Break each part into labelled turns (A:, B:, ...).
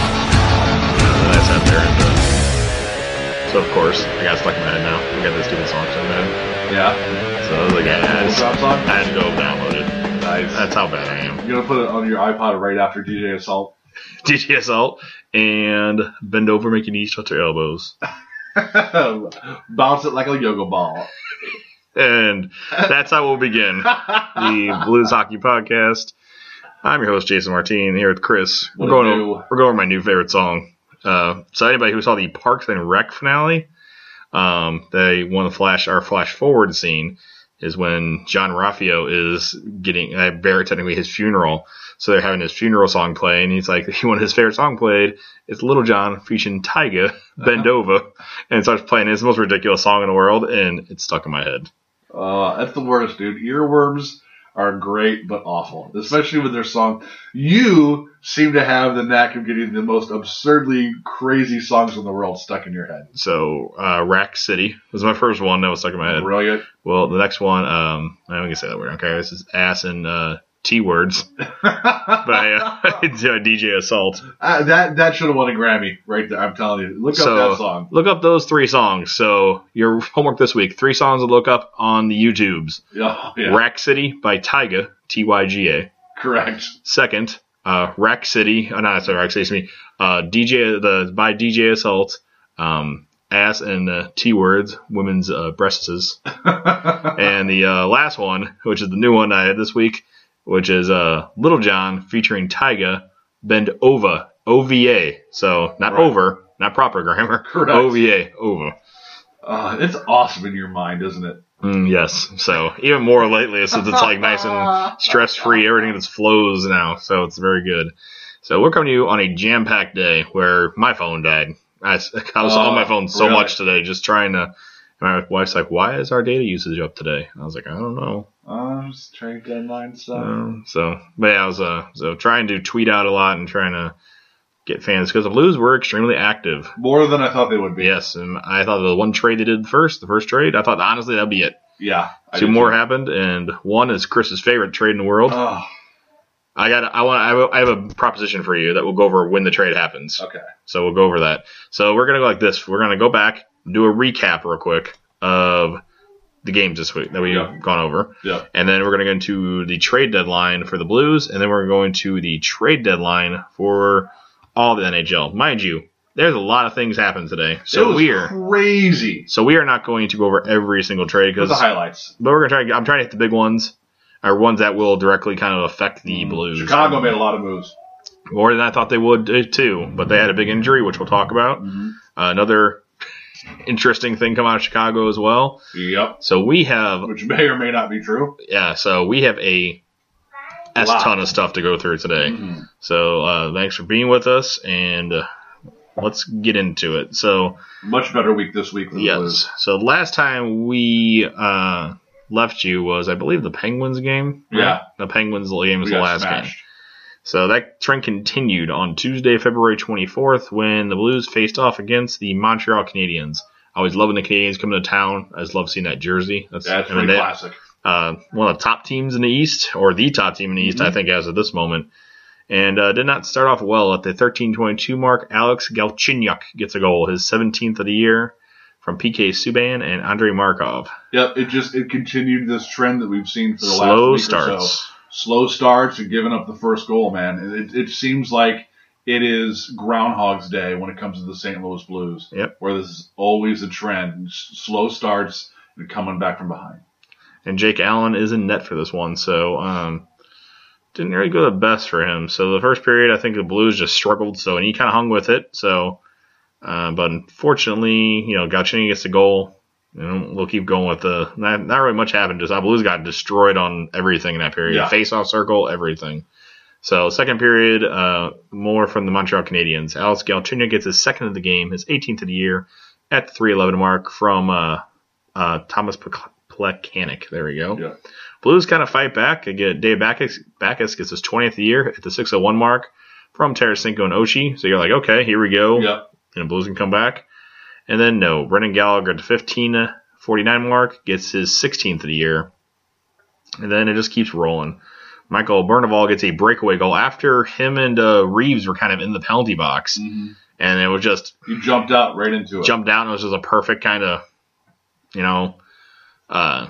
A: And I sat there and uh, so of course I got stuck in my head now. I got this stupid song in my head.
B: Yeah.
A: So I was like, yeah, I,
B: Full
A: just,
B: drop song?
A: I had to go download it.
B: Nice.
A: That's how bad I am.
B: You're gonna put it on your iPod right after DJ Assault.
A: DJ Assault and bend over, make your knees touch your elbows,
B: Bounce it like a yoga ball.
A: and that's how we'll begin the Blues Hockey Podcast. I'm your host Jason Martin here with Chris. We're
B: What
A: going
B: a
A: over,
B: new-
A: we're going over my new favorite song. Uh, so anybody who saw the Parks and Rec finale, um, they won the flash our flash forward scene is when John Raffio is getting uh, Barrett technically his funeral. So they're having his funeral song play, and he's like, he wanted his favorite song played. It's Little John featuring Tyga, Bend Over, and it starts playing. It's the most ridiculous song in the world, and it's stuck in my head.
B: Uh, that's the worst, dude. Earworms are great but awful, especially with their song. You seem to have the knack of getting the most absurdly crazy songs in the world stuck in your head.
A: So uh, Rack City was my first one that was stuck in my head.
B: Brilliant.
A: Well, the next one, um, I don't think I say that word. Okay, this is ass and uh, T words by uh, DJ Assault.
B: Uh, that that should have won a Grammy right there. I'm telling you. Look
A: So-
B: up that song.
A: Look up those three songs. So your homework this week: three songs to look up on the YouTubes.
B: Yeah, yeah,
A: Rack City by Tyga, T Y G A.
B: correct.
A: Second, uh, Rack City. Oh, no, sorry, Rack City. excuse Me. Uh, DJ the by DJ Assault. Um, ass and uh, T words, women's uh, breasts. and the uh, last one, which is the new one I had this week, which is uh, Little John featuring Tyga, Bend Ova, OVA. So not
B: Right.
A: over, not proper grammar.
B: Correct.
A: OVA, Ova.
B: Uh, it's awesome in your mind, isn't it?
A: Mm, yes. So even more lately, since it's like nice and stress free, everything just flows now. So it's very good. So we're coming to you on a jam packed day where my phone died. I, s- I was on
B: Oh,
A: my phone so
B: really?
A: much today, just trying to. My wife's like, "Why is our data usage up today?" I was like, "I don't know."
B: I'm just trying to deadline stuff.
A: Um, so, but yeah, I was uh, so trying to tweet out a lot and trying to get fans because the Blues were extremely active.
B: More than I thought they would be.
A: Yes, and I thought the one trade they did first, the first trade, I thought honestly that'd be it.
B: Yeah. I
A: Two
B: did
A: more
B: too.
A: happened, and one is Chris's favorite trade in the world.
B: Oh,
A: I got, I want, I have a- I have a proposition for you that we'll go over when the trade happens.
B: okay.
A: So we'll go over that. So we're gonna go like this. We're gonna go back, do a recap real quick of the games this week that we've
B: Yeah.
A: gone over.
B: Yeah.
A: And then we're going to go into the trade deadline for the Blues, and then we're going to the trade deadline for all the NHL. Mind you, there's a lot of things happened today,
B: it
A: so
B: was
A: we are
B: crazy.
A: so we are not going to go over every single trade because,
B: With the highlights.
A: but we're going to try. I'm trying to hit the big ones, or ones that will directly kind of affect the Blues.
B: Mm,
A: Um,
B: Chicago made a lot of moves.
A: more than I thought they would uh, too, but they had a big injury, which we'll talk about. Uh, another interesting thing come out of Chicago as well.
B: Yep.
A: So we have
B: Which may or may not be true.
A: yeah, so we have a S
B: Wow. Mm.
A: ton of stuff to go through today.
B: Mm-hmm.
A: So uh, thanks for being with us, and uh, let's get into it. So
B: Much better week this week. Than the Blues.
A: yes, so last time we uh, left you was I believe the Penguins game. right?
B: Yeah.
A: the Penguins game
B: We
A: was the
B: got
A: last game.
B: smashed.
A: So that trend continued on Tuesday, February 24th, when the Blues faced off against the Montreal Canadiens. I was loving the Canadiens coming to town. I just love seeing that jersey. That's,
B: That's
A: I mean,
B: pretty
A: they-
B: classic. Mm-hmm.
A: uh, one of the top teams in the East, or the top team in the East, I think, as of this moment. And uh, did not start off well at the 13:22 mark. Alex Galchenyuk gets a goal, his 17th of the year, from PK Subban and Andrei Markov.
B: Yep. It just it continued this trend that we've seen for the
A: Slow
B: last week or so.
A: starts.
B: slow starts and giving up the first goal, man. It, it seems like it is Groundhog's Day when it comes to the St. Louis Blues,
A: Yep.
B: where this is always a trend: s- slow starts and coming back from behind.
A: and Jake Allen is in net for this one, so um, didn't really go the best for him. So the first period, I think the Blues just struggled, so and he kind of hung with it. So, uh, but unfortunately, you know, Galchenyuk gets the goal. And we'll keep going with the not, not really much happened. Just the Blues got destroyed on everything in that period.
B: Yeah.
A: Face off circle, everything. So second period, uh, more from the Montreal Canadiens. Alex Galchenyuk gets his second of the game, his 18th of the year, at the 3:11 mark from uh, uh, Thomas Plek- Plekanec. There we go.
B: Yeah.
A: Blues kind of fight back. Again, Dave Backus, Backus gets his 20th year at the 601 mark from Tarasenko and Ochi. So you're like, okay, here we go.
B: Yep.
A: And the Blues can come back. And then, no, Brendan Gallagher at the 1549 mark gets his 16th of the year. And then it just keeps rolling. Michael Berneval gets a breakaway goal after him and uh, Reeves were kind of in the penalty box.
B: Mhm.
A: And it was just
B: You jumped out right into it.
A: jumped down. It was just a perfect kind of, you know, uh,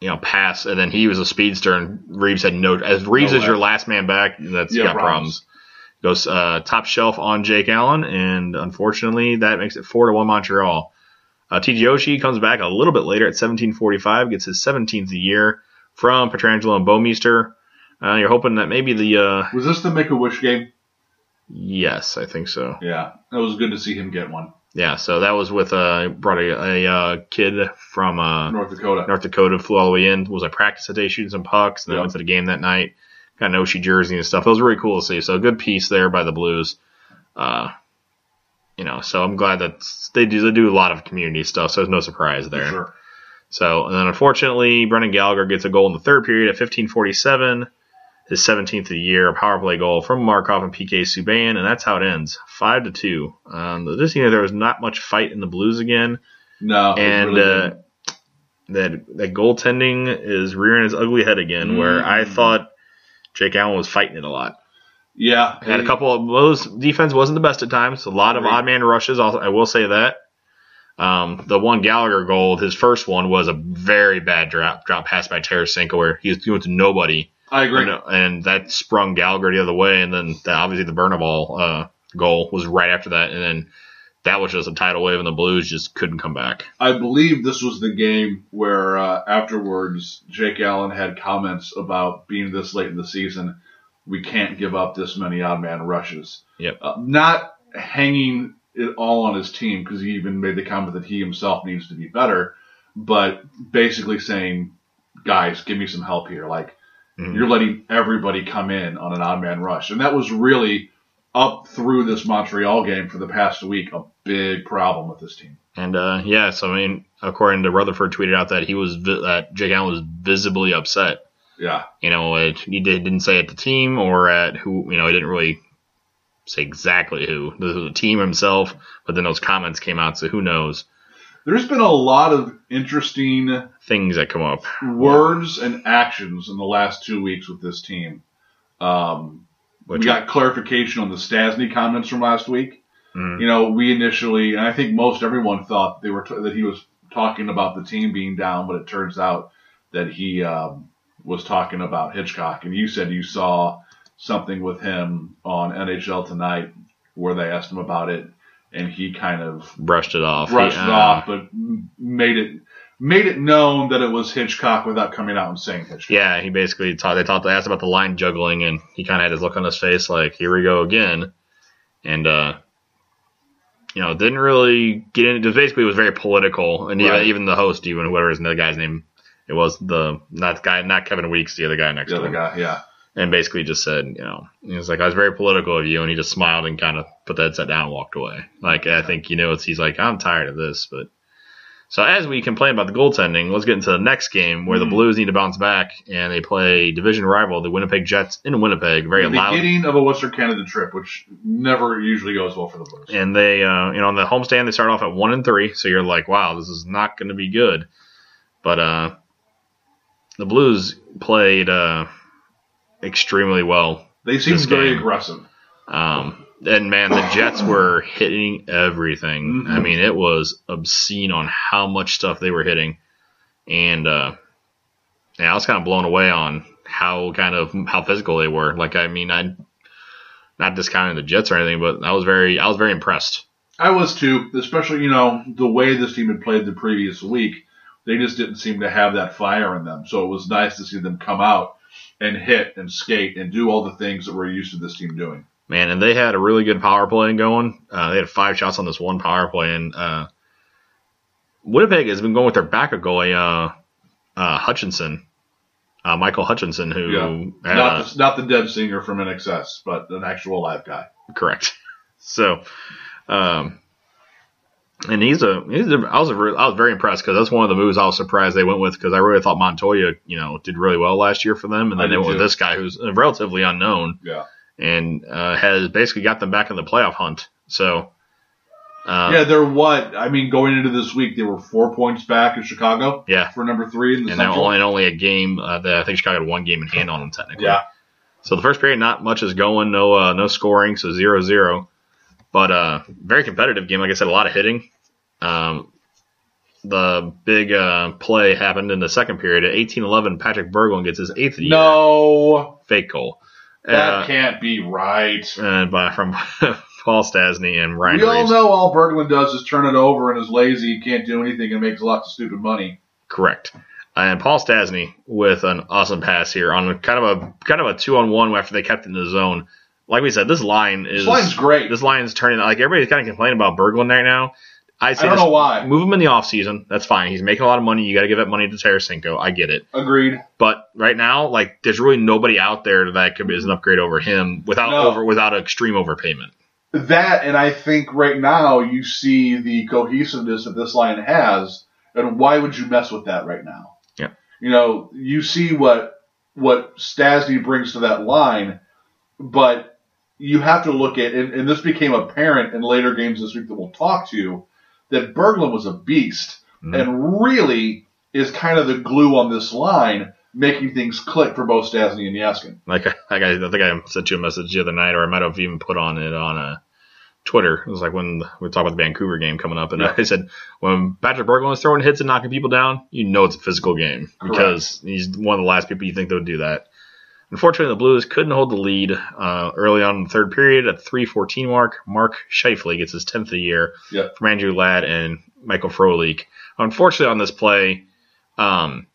A: you know, pass. And then he was a speedster, and Reeves had no. As Reeves
B: No
A: is
B: way.
A: your last man back, that's
B: Yeah,
A: got problems. Goes uh, top shelf on Jake Allen, and unfortunately, that makes it four to one Montreal. Uh, TG Oshie comes back a little bit later at 17:45, gets his 17th of the year from Petrangelo and Bomeister. Uh, you're hoping that maybe the uh,
B: Was this the Make a Wish game?
A: yes, I think so.
B: Yeah, it was good to see him get one.
A: Yeah, so that was with uh brought a, a uh, kid from uh,
B: North Dakota.
A: North Dakota, flew all the way in, was at practice today shooting some pucks, and then
B: Yeah.
A: went to the game that night. Got an Oshie jersey and stuff. It was really cool to see. So a good piece there by the Blues. Uh, you know, so I'm glad that they do they do a lot of community stuff. So there's no surprise
B: for
A: there.
B: Sure.
A: So, and then unfortunately, Brendan Gallagher gets a goal in the third period at 15:47, his 17th of the year, a power play goal from Markov and PK Subban, and that's how it ends, five to two. Um, this year there was not much fight in the Blues again,
B: No. it
A: and
B: really
A: uh,
B: didn't.
A: that that goaltending is rearing its ugly head again. Where I
B: Mm.
A: thought Jake Allen was fighting it a lot.
B: yeah,
A: Had a
B: he-
A: couple of those defense wasn't the best at times. A lot of
B: Agreed.
A: odd man rushes. Also, I will say that. Um, the one Gallagher goal, his first one was a very bad drop drop pass by Tarasenko where he was doing it to nobody,
B: I agree.
A: and, and that sprung Gallagher the other way. And then the, obviously the Bernabal uh, goal was right after that, and then that was just a tidal wave, and the Blues just couldn't come back.
B: I believe this was the game where uh, afterwards Jake Allen had comments about being this late in the season, we can't give up this many odd man rushes.
A: Yep.
B: Uh, not hanging it all on his team because he even made the comment that he himself needs to be better, but basically saying, guys, give me some help here. Like,
A: Mhm.
B: you're letting everybody come in on an odd man rush. And that was really up through this Montreal game for the past week a big problem with this team.
A: And uh, yeah, so I mean, according to Rutherford, tweeted out that he was vi- that Jake Allen was visibly upset.
B: Yeah.
A: you know, it, he did, didn't say at the team or at who, you know, he didn't really say exactly who. This was the team himself, but then those comments came out, so who knows?
B: There's been a lot of interesting
A: Things that come up.
B: words and actions in the last two weeks with this team. Um, we
A: Which
B: got clarification on the Stasny comments from last week.
A: Mm.
B: You know, we initially, and I think most everyone thought they were t- that he was talking about the team being down, but it turns out that he um, was talking about Hitchcock. And you said you saw something with him on NHL Tonight where they asked him about it, and he kind of
A: brushed it off.
B: brushed it
A: Yeah.
B: off, but m- made it made it known that it was Hitchcock without coming out and saying Hitchcock.
A: Yeah, he basically talked. They talked. They asked about the line juggling, and he kind of had his look on his face, like "Here we go again," and uh, you know, didn't really get into. Just basically, was very political, and
B: Right.
A: even, even the host, even whoever is the guy's name, it was the not the guy, not Kevin Weeks, the other guy next
B: the
A: to
B: other
A: him,
B: guy. Yeah,
A: and basically just said, you know, he was like, "I was very political of you," and he just smiled and kind of put that set down and walked away. Like I think you know, it's he's like, "I'm tired of this," but. So as we complain about the goaltending, let's get into the next game where the
B: Mhm.
A: Blues need to bounce back and they play division rival the Winnipeg Jets in Winnipeg, very
B: the
A: loud.
B: beginning of a Western Canada trip, which never usually goes well for the Blues.
A: And they, uh, you know, on the homestand they start off at one and three, so you're like, wow, this is not going to be good. But uh, the Blues played uh, extremely well,
B: They seem
A: This
B: very
A: game.
B: aggressive.
A: um, and man, the Jets were hitting everything.
B: Mhm.
A: I mean, it was obscene on how much stuff they were hitting, and uh, yeah, I was kind of blown away on how kind of how physical they were. Like, I mean, I not discounting the Jets or anything, but I was very I was very impressed.
B: I was too, especially you know the way this team had played the previous week. They just didn't seem to have that fire in them, so it was nice to see them come out and hit and skate and do all the things that we're used to this team doing.
A: Man, and they had a really good power play going. Uh, they had five shots on this one power play, and uh, Winnipeg has been going with their backup goalie, uh, uh, Hutchinson, uh, Michael Hutchinson, who
B: Yeah.
A: had a-
B: Not the, not the dead singer from NXS, but an actual live guy.
A: Correct. So, um, And he's a, he's a I was a, I was very impressed because that's one of the moves I was surprised they went with because I really thought Montoya you know did really well last year for them and
B: I
A: then they
B: did
A: went with
B: too.
A: this guy who's uh, relatively unknown
B: Yeah.
A: and uh, has basically got them back in the playoff hunt. So uh,
B: yeah, they're what? I mean, going into this week, they were four points back in Chicago
A: yeah.
B: for number three in the
A: and now
B: Central.
A: only, and only a game uh, that I think Chicago had one game in hand on them technically.
B: yeah.
A: So the first period, not much is going, no uh, no scoring, so zero zero. But uh, very competitive game. Like I said, a lot of hitting. Um, the big uh, play happened in the second period at eighteen eleven. Patrick Berglund gets his eighth year
B: No,
A: fake goal,
B: that
A: uh,
B: can't be right.
A: and by from Paul Stasny and Ryan
B: we all
A: Reeves.
B: know all Berglund does is turn it over and is lazy. He can't do anything and makes lots of stupid money.
A: Correct. And Paul Stasny with an awesome pass here on kind of a kind of a two on one after they kept it in the zone. Like we said, this line is
B: This line's great.
A: this line's turning like everybody's kind of complaining about Berglund right now. I
B: I
A: say
B: don't
A: just
B: know why.
A: move him in the offseason. That's fine. He's making a lot of money. You got to give that money to Tarasenko. I get it.
B: Agreed.
A: But right now, like there's really nobody out there that could be as an upgrade over him without
B: No.
A: over without extreme overpayment.
B: That, and I think right now you see the cohesiveness that this line has, and why would you mess with that right now?
A: Yeah.
B: You know, you see what what Stasny brings to that line, but you have to look at, and, and this became apparent in later games this week that we'll talk to, that Berglund was a beast
A: Mhm.
B: and really is kind of the glue on this line, making things click for both Stasny and Yaskin.
A: Like, like I, I think I sent you a message the other night, or I might have even put on it on uh, Twitter. It was like when we talked about the Vancouver game coming up, and
B: Yeah.
A: I said when Patrick Berglund is throwing hits and knocking people down, you know it's a physical game because he's one of the last people you think that would do that. Unfortunately, the Blues couldn't hold the lead uh, early on in the third period at the 3:14 mark. Mark Scheifele gets his 10th of the year
B: Yeah.
A: from Andrew Ladd and Michael Frolik. Unfortunately, on this play, um,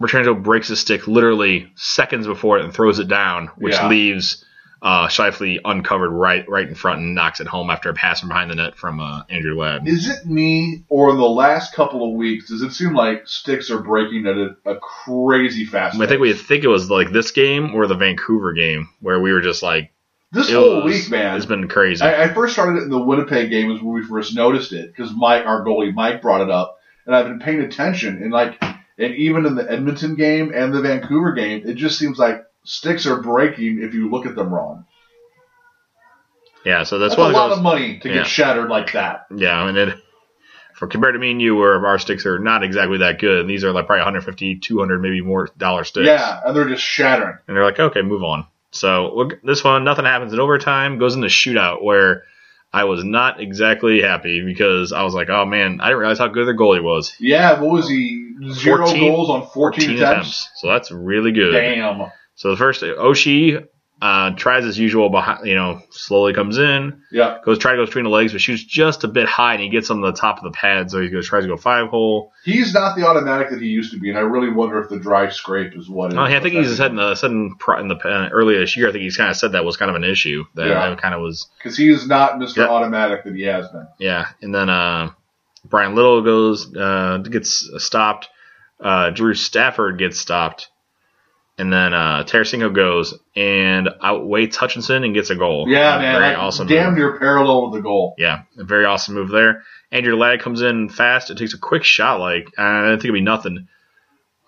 A: Bertrando breaks his stick literally seconds before it and throws it down, which
B: Yeah.
A: leaves uh, Shifley uncovered right right in front and knocks it home after a pass from behind the net from uh, Andrew Ladd.
B: Is it me, or in the last couple of weeks, does it seem like sticks are breaking at a, a crazy fast
A: I think we think it was like this game or the Vancouver game where we were just like,
B: This
A: it
B: whole
A: was-
B: week, man.
A: it's been crazy.
B: I, I first started it in the Winnipeg game is when we first noticed it because Mike, our goalie Mike, brought it up, and I've been paying attention. And like, and even in the Edmonton game and the Vancouver game, it just seems like sticks are breaking if you look at them wrong.
A: yeah, so that's,
B: That's,
A: one
B: a lot
A: of
B: of money to
A: yeah.
B: get shattered like that.
A: those. Yeah, I mean, it, for compared to me and you, where our sticks are not exactly that good, these are like probably 150, 200, maybe more dollar sticks.
B: Yeah, and they're just shattering.
A: And they're like, okay, move on. So look, this one, nothing happens in overtime, goes into shootout where I was not exactly happy because I was like, oh man, I didn't realize how good their goalie was.
B: Yeah, what was he? Zero
A: 14
B: goals on 14, attempts.
A: So that's really good.
B: Damn.
A: So the first, Oshi uh, tries as usual, behind, you know, slowly comes in,
B: Yeah.
A: goes, try to go between the legs, but shoots just a bit high and he gets on the top of the pad. So he goes, tries to go five hole.
B: He's not the automatic that he used to be, and I really wonder if the dry scrape is what. it
A: Uh, I
B: is.
A: think he's said in the, said in, pro- in the uh, earlier this year, I think he's kind of said that was kind of an issue that
B: Yeah.
A: I kind of was
B: because he is not Mr.
A: Yeah.
B: Automatic that he has been.
A: Yeah, and then uh, Brian Little goes uh, gets stopped. Uh, Drew Stafford gets stopped, and then uh, Tarasenko goes and outweights Hutchinson and gets a goal.
B: Yeah,
A: Uh,
B: man,
A: very
B: that-
A: awesome.
B: Damn
A: move.
B: near parallel with the goal.
A: Yeah, a very awesome move there. Andrew Ladd comes in fast. It takes a quick shot, like uh, I think it'd be nothing.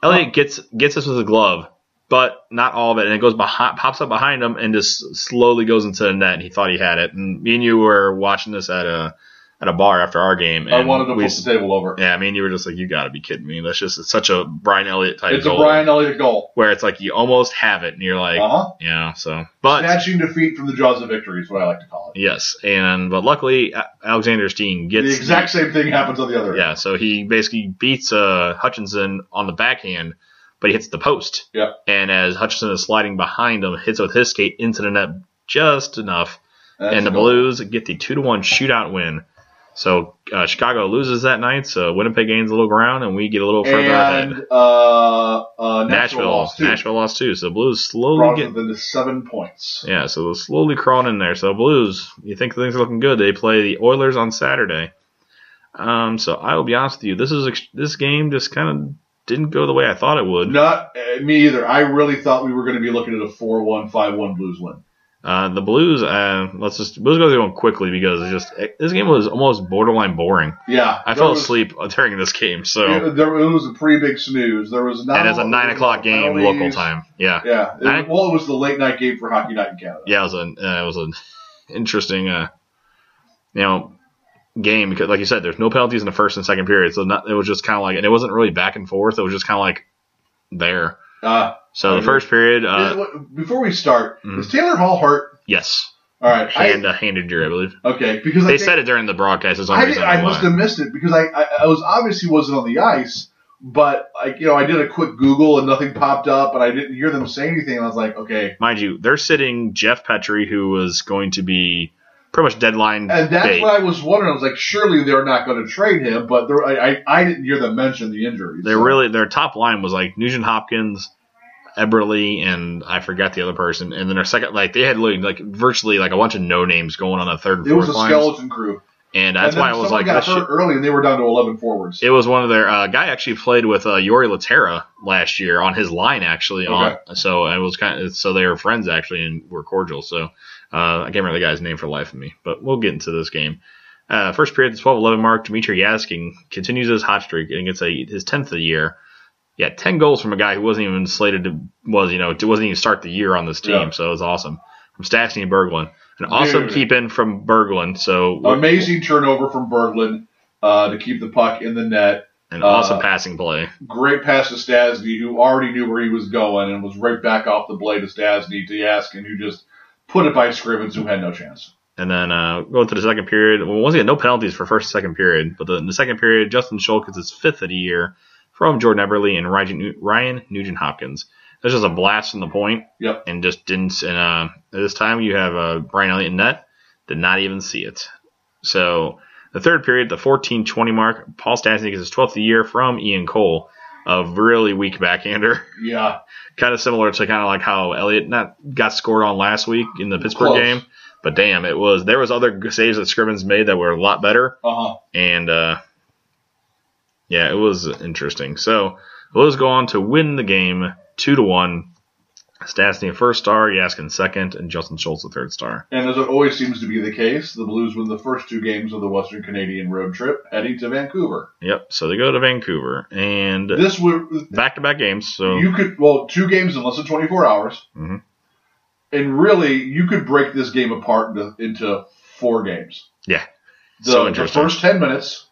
A: Elliot gets gets us with a glove, but not all of it, and it goes behind, pops up behind him, and just slowly goes into the net. And he thought he had it. And me and you were watching this at a at a bar after our game. And
B: I wanted to
A: we,
B: flip the table over.
A: Yeah, me and you were just like, you got to be kidding me. That's just it's such a Brian Elliott type
B: It's a
A: goal,
B: Brian Elliott goal.
A: where it's like you almost have it, and you're like,
B: Uh huh.
A: yeah. So, but
B: Snatching defeat from the jaws of victory is what I like to call it.
A: yes, and but luckily A- Alexander Steen gets
B: the exact same thing happens on the other end.
A: Yeah, so he basically beats uh, Hutchinson on the backhand, but he hits the post.
B: Yeah.
A: And as Hutchinson is sliding behind him, hits it with his skate into the net just enough,
B: That's
A: and the
B: a goal.
A: Blues get the two to one shootout win. So uh, Chicago loses that night, so Winnipeg gains a little ground, and we get a little further ahead.
B: And uh, uh, Nashville,
A: Nashville,
B: lost too.
A: Nashville lost too, so the Blues slowly
B: brought
A: get
B: them to the seven points.
A: yeah, so they're slowly crawling in there. So the Blues, you think things are looking good. They play the Oilers on Saturday. Um, so I will be honest with you, this is ex- this game just kind of didn't go the way I thought it would.
B: Not uh, me either. I really thought we were going to be looking at a 4-1, 5-1 Blues win.
A: Uh, the Blues, uh, let's just let's go through them quickly because it's just this game was almost borderline boring.
B: Yeah,
A: I
B: there
A: fell
B: was-
A: asleep during this game, so
B: It, there, it was a pretty big snooze. There was not
A: and it's a
B: lot-
A: nine o'clock game
B: penalties.
A: local time. Yeah,
B: Yeah, it,
A: Nine-
B: well, it was the late night game for Hockey Night in Canada.
A: yeah, it was an uh, it was an interesting, uh, you know, game because like you said, there's no penalties in the first and second period, so not, it was just kind of like and it wasn't really back and forth. It was just kind of like there.
B: Uh,
A: So the
B: Okay.
A: first period, uh,
B: is- what- before we start,
A: Mm.
B: is Taylor Hall hurt?
A: yes,
B: All right, I-
A: hand uh, hand injury, I believe.
B: okay, because I
A: They
B: think-
A: said it during the broadcast. It's
B: I,
A: only
B: did,
A: reason
B: I
A: why.
B: must have missed it because I, I, I was obviously wasn't on the ice, but like you know I did a quick Google and nothing popped up, and I didn't hear them say anything. And I was like, okay,
A: mind you, they're sitting Jeff Petrie, who was going to be pretty much deadline
B: and that's
A: date.
B: what I was wondering. I was like, surely they're not going to trade him, but there, I, I I didn't hear them mention the injury.
A: They
B: so-
A: really their top line was like Nugent Hopkins, Eberle, and I forgot the other person. And then their second, like they had like, like virtually like a bunch of no names going on the third and
B: It was
A: fourth
B: a
A: line.
B: skeleton crew.
A: And that's
B: And then
A: why I was
B: someone
A: like,
B: got
A: this shit.
B: hurt early, and they were down to eleven forwards.
A: It was one of their uh, guy actually played with uh, Yori Laterra last year on his line actually
B: Okay.
A: on so it was kind of so they were friends actually and were cordial so uh, I can't remember the guy's name for the life of me but we'll get into this game uh, first period the 12-11 mark Dmitry Yaskin continues his hot streak and gets a his 10th of the year yeah 10 goals from a guy who wasn't even slated to was you know wasn't even start the year on this team
B: Yeah.
A: so it was awesome from Stastny and Berglund an awesome
B: Dude.
A: keep in from Berglund so
B: Amazing turnover from Berglund uh, to keep the puck in the net.
A: an awesome
B: uh,
A: passing play
B: Great pass to Stasny, who already knew where he was going and was right back off the blade of Stasny to Yaskin, who just put it by Scrivens, who had no chance.
A: And then uh, going to the second period. Well, once again, no penalties for first and second period. But the, in the second period, Justin Schulk is his fifth of the year from Jordan Eberle and Ryan, Ryan Nugent Hopkins. That's just a blast from the point.
B: Yep.
A: And just didn't. And uh, at this time, you have uh, Brian Elliott in net. Did not even see it. So the third period, the 14 20 mark, Paul Stastny is his 12th of the year from Ian Cole. A really weak backhander.
B: Yeah,
A: kind of similar to kind of like how Elliott not got scored on last week in the Pittsburgh
B: Close.
A: game, but damn, it was there was other g- saves that Scrivens made that were a lot better,
B: uh huh.
A: and uh, yeah, it was interesting. So Blues go on to win the game two to one. Stastny first star, Yaskin second, and Justin Schultz the third star.
B: And as it always seems to be the case, the Blues win the first two games of the Western Canadian road trip, heading to Vancouver.
A: Yep. So they go to Vancouver and
B: This would
A: back to back games. So
B: you could well two games in less than 24 hours
A: Mhm.
B: and really you could break this game apart into, into four games
A: Yeah.
B: the,
A: So
B: the
A: interesting.
B: first 10 minutes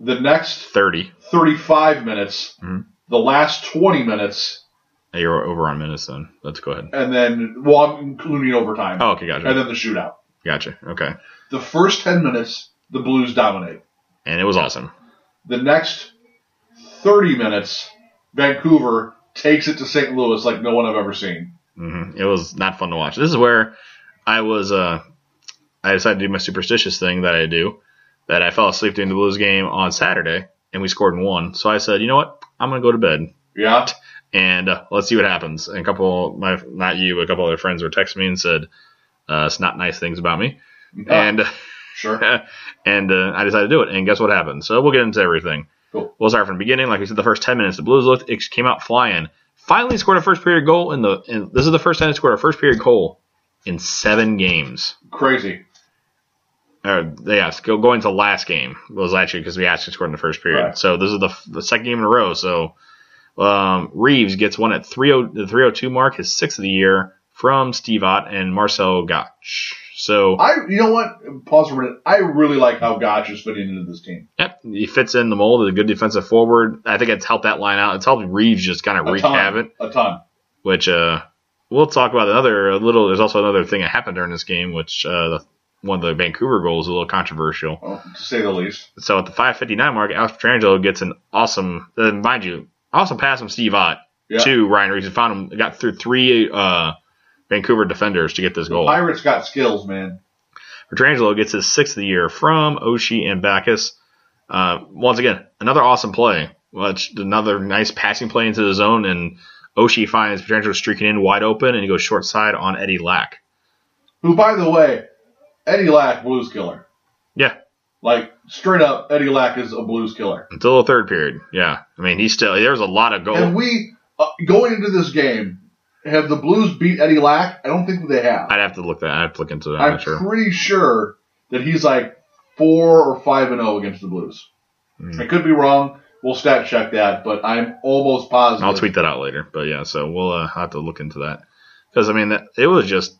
B: the next
A: thirty.
B: 35 minutes
A: Mhm.
B: the last 20 minutes
A: You're over on minutes then. Let's go ahead.
B: and then well i'm including overtime
A: Oh, okay,
B: and
A: gotcha,
B: then the shootout
A: gotcha. Okay,
B: the first 10 minutes the blues dominate
A: and it was awesome.
B: the next 30 minutes vancouver takes it to st louis like no one i've ever seen
A: hmm It was not fun to watch. This is where I was. Uh, I decided to do my superstitious thing that I do. That I fell asleep during the Blues game on Saturday, and we scored and won. So I said, you know what? I'm gonna go to bed
B: yeah
A: and uh, let's see what happens. And a couple, my not you, a couple other friends were texting me and said, uh, "It's not nice things about me."
B: Uh,
A: And
B: sure
A: and uh, I decided to do it. And guess what happened? So we'll get into everything.
B: Cool.
A: We'll start from the beginning. Like we said, the first ten minutes, the Blues looked it came out flying. Finally scored a first period goal in the. And this is the first time they scored a first period goal in seven games.
B: crazy
A: Or yeah, it's go, going to last game was actually because we actually scored in the first period.
B: Right.
A: So this is the, f- the second game in a row. So um, Reeves gets one at 30, the 302 mark, his sixth of the year from Steve Ott and Marcel Gotch. So
B: I, you know what? Pause for a minute. I really like how Gotch is fitting into this team.
A: Yep, he fits in the mold as a good defensive forward. I think it's helped that line out. It's helped Reeves just kind of
B: A
A: wreak
B: ton,
A: havoc,
B: a ton.
A: which uh, we'll talk about another a little. There's also another thing that happened during this game, which uh, the, one of the Vancouver goals was a little controversial.
B: Well, to say the least.
A: So at the 5:59 mark, Alex Petrangelo gets an awesome, uh, mind you, awesome pass from Steve Ott
B: Yeah.
A: to Ryan Reeves. and found him, got through three uh, Vancouver defenders to get this goal.
B: Pirates got skills, man.
A: Petrangelo gets his sixth of the year from Oshie and Backus. Uh, once again, another awesome play. Which another nice passing play into the zone, and Oshie finds Petrangelo streaking in wide open, and he goes short side on Eddie Lack.
B: Who, by the way, Eddie Lack, blues killer.
A: Yeah.
B: Like straight up, Eddie Lack is a blues killer.
A: Until the third period, yeah. I mean, he still there was a lot of goal.
B: And we uh, going into this game, have the Blues beat Eddie Lack? I don't think they have.
A: I'd have to look that. I'd have to look into that. I'm,
B: I'm
A: not sure.
B: pretty sure that he's like four or five and zero against the Blues.
A: Mm.
B: I could be wrong. We'll stat check that, but I'm almost positive.
A: I'll tweet that out later. But yeah, so we'll uh, have to look into that because I mean that, it was just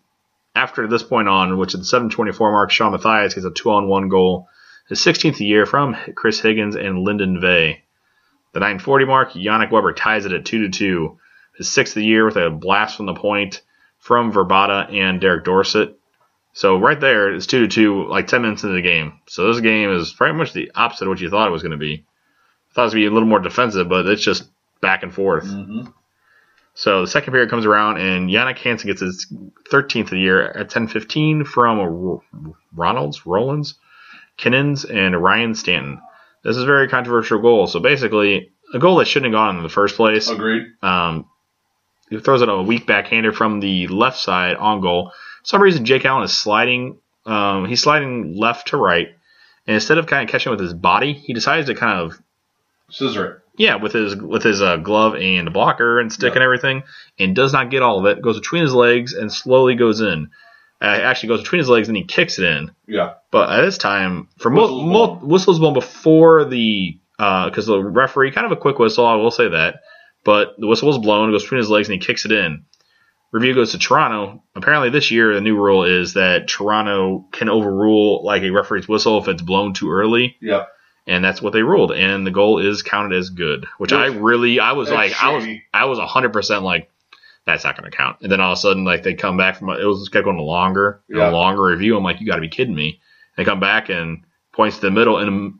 A: after this point on, which at the 7:24 mark, Sean Mathias gets a two-on-one goal, his 16th year from Chris Higgins and Lyndon Vay. The 9:40 mark, Yannick Weber ties it at two to two, his sixth year with a blast from the point from Verbata and Derek Dorset. So right there, it's two to two, like 10 minutes into the game. So this game is pretty much the opposite of what you thought it was going to be. I thought it was going to be a little more defensive, but it's just back and forth.
B: Mhm.
A: So the second period comes around, and Yannick Hansen gets his 13th of the year at 10:15 from Ro- Ronalds, Rollins, Kinnins, and Ryan Stanton. This is a very controversial goal. So basically, a goal that shouldn't have gone in the first place.
B: Agreed.
A: Um, he throws out a weak backhander from the left side on goal. For some reason, Jake Allen is sliding. Um, he's sliding left to right, and instead of kind of catching with his body, he decides to kind of
B: Scissor it.
A: yeah, with his with his uh, glove and blocker and stick
B: Yeah.
A: and everything, and does not get all of it. Goes between his legs and slowly goes in. Uh, actually, goes between his legs and he kicks it in.
B: Yeah.
A: But at this time, for
B: Whistles
A: most
B: blown.
A: whistles blown before the because the referee kind of a quick whistle. I will say that, but the whistle was blown. Goes between his legs and he kicks it in. Review goes to Toronto. Apparently, this year the new rule is that Toronto can overrule like a referee's whistle if it's blown too early
B: Yeah.
A: and that's what they ruled. And the goal is counted as good, which I
B: Yes.
A: really, I was
B: That's
A: like, I was,
B: shady.
A: I was hundred percent like, that's not going to count. And then all of a sudden, like they come back from it was just kept going longer and
B: Yeah.
A: longer review. I'm like, you got to be kidding me. They come back and points to the middle and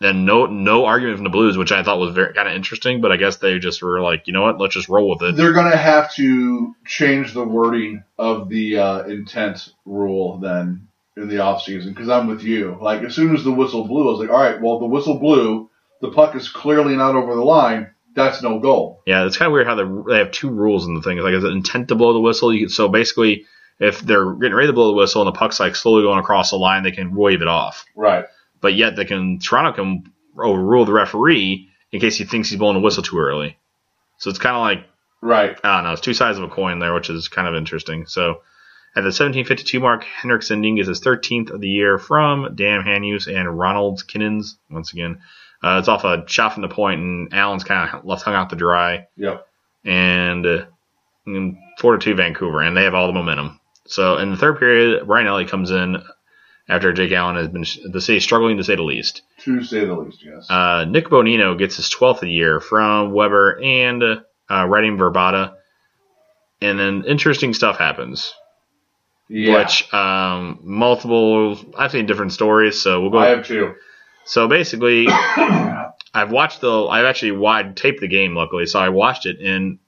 A: then no no argument from the Blues, which I thought was very kind of interesting. But I guess they just were like, you know what, let's just roll with it.
B: They're gonna have to change the wording of the uh, intent rule then in the off season because I'm with you. Like as soon as the whistle blew, I was like, all right, well the whistle blew, the puck is clearly not over the line. That's no goal.
A: Yeah, it's kind of weird how they, they have two rules in the thing. It's like, is it intent to blow the whistle? You, so basically, if they're getting ready to blow the whistle and the puck's like slowly going across the line, they can wave it off.
B: Right.
A: But yet, they can Toronto can overrule the referee in case he thinks he's blowing the whistle too early. So it's kind of like
B: Right.
A: I don't know. It's two sides of a coin there, which is kind of interesting. So at the 1752 mark, Henrik Sending is his 13th of the year from Dan Hanus and Ronald Kinnins once again. Uh, it's off a shot from the point, and Allen's kind of left hung out to dry
B: Yep.
A: and uh, mm, four to two Vancouver, and they have all the momentum. So in the third period, Brian Elliott comes in after Jake Allen has been the say struggling to say the least.
B: To say the least, yes.
A: Uh, Nick Bonino gets his twelfth of the year from Weber and uh, Redding Verbata, and then interesting stuff happens,
B: yeah.
A: which um, multiple I've seen different stories. So we'll go.
B: I have two.
A: So basically, I've watched the. I've actually wide taped the game, luckily, so I watched it. And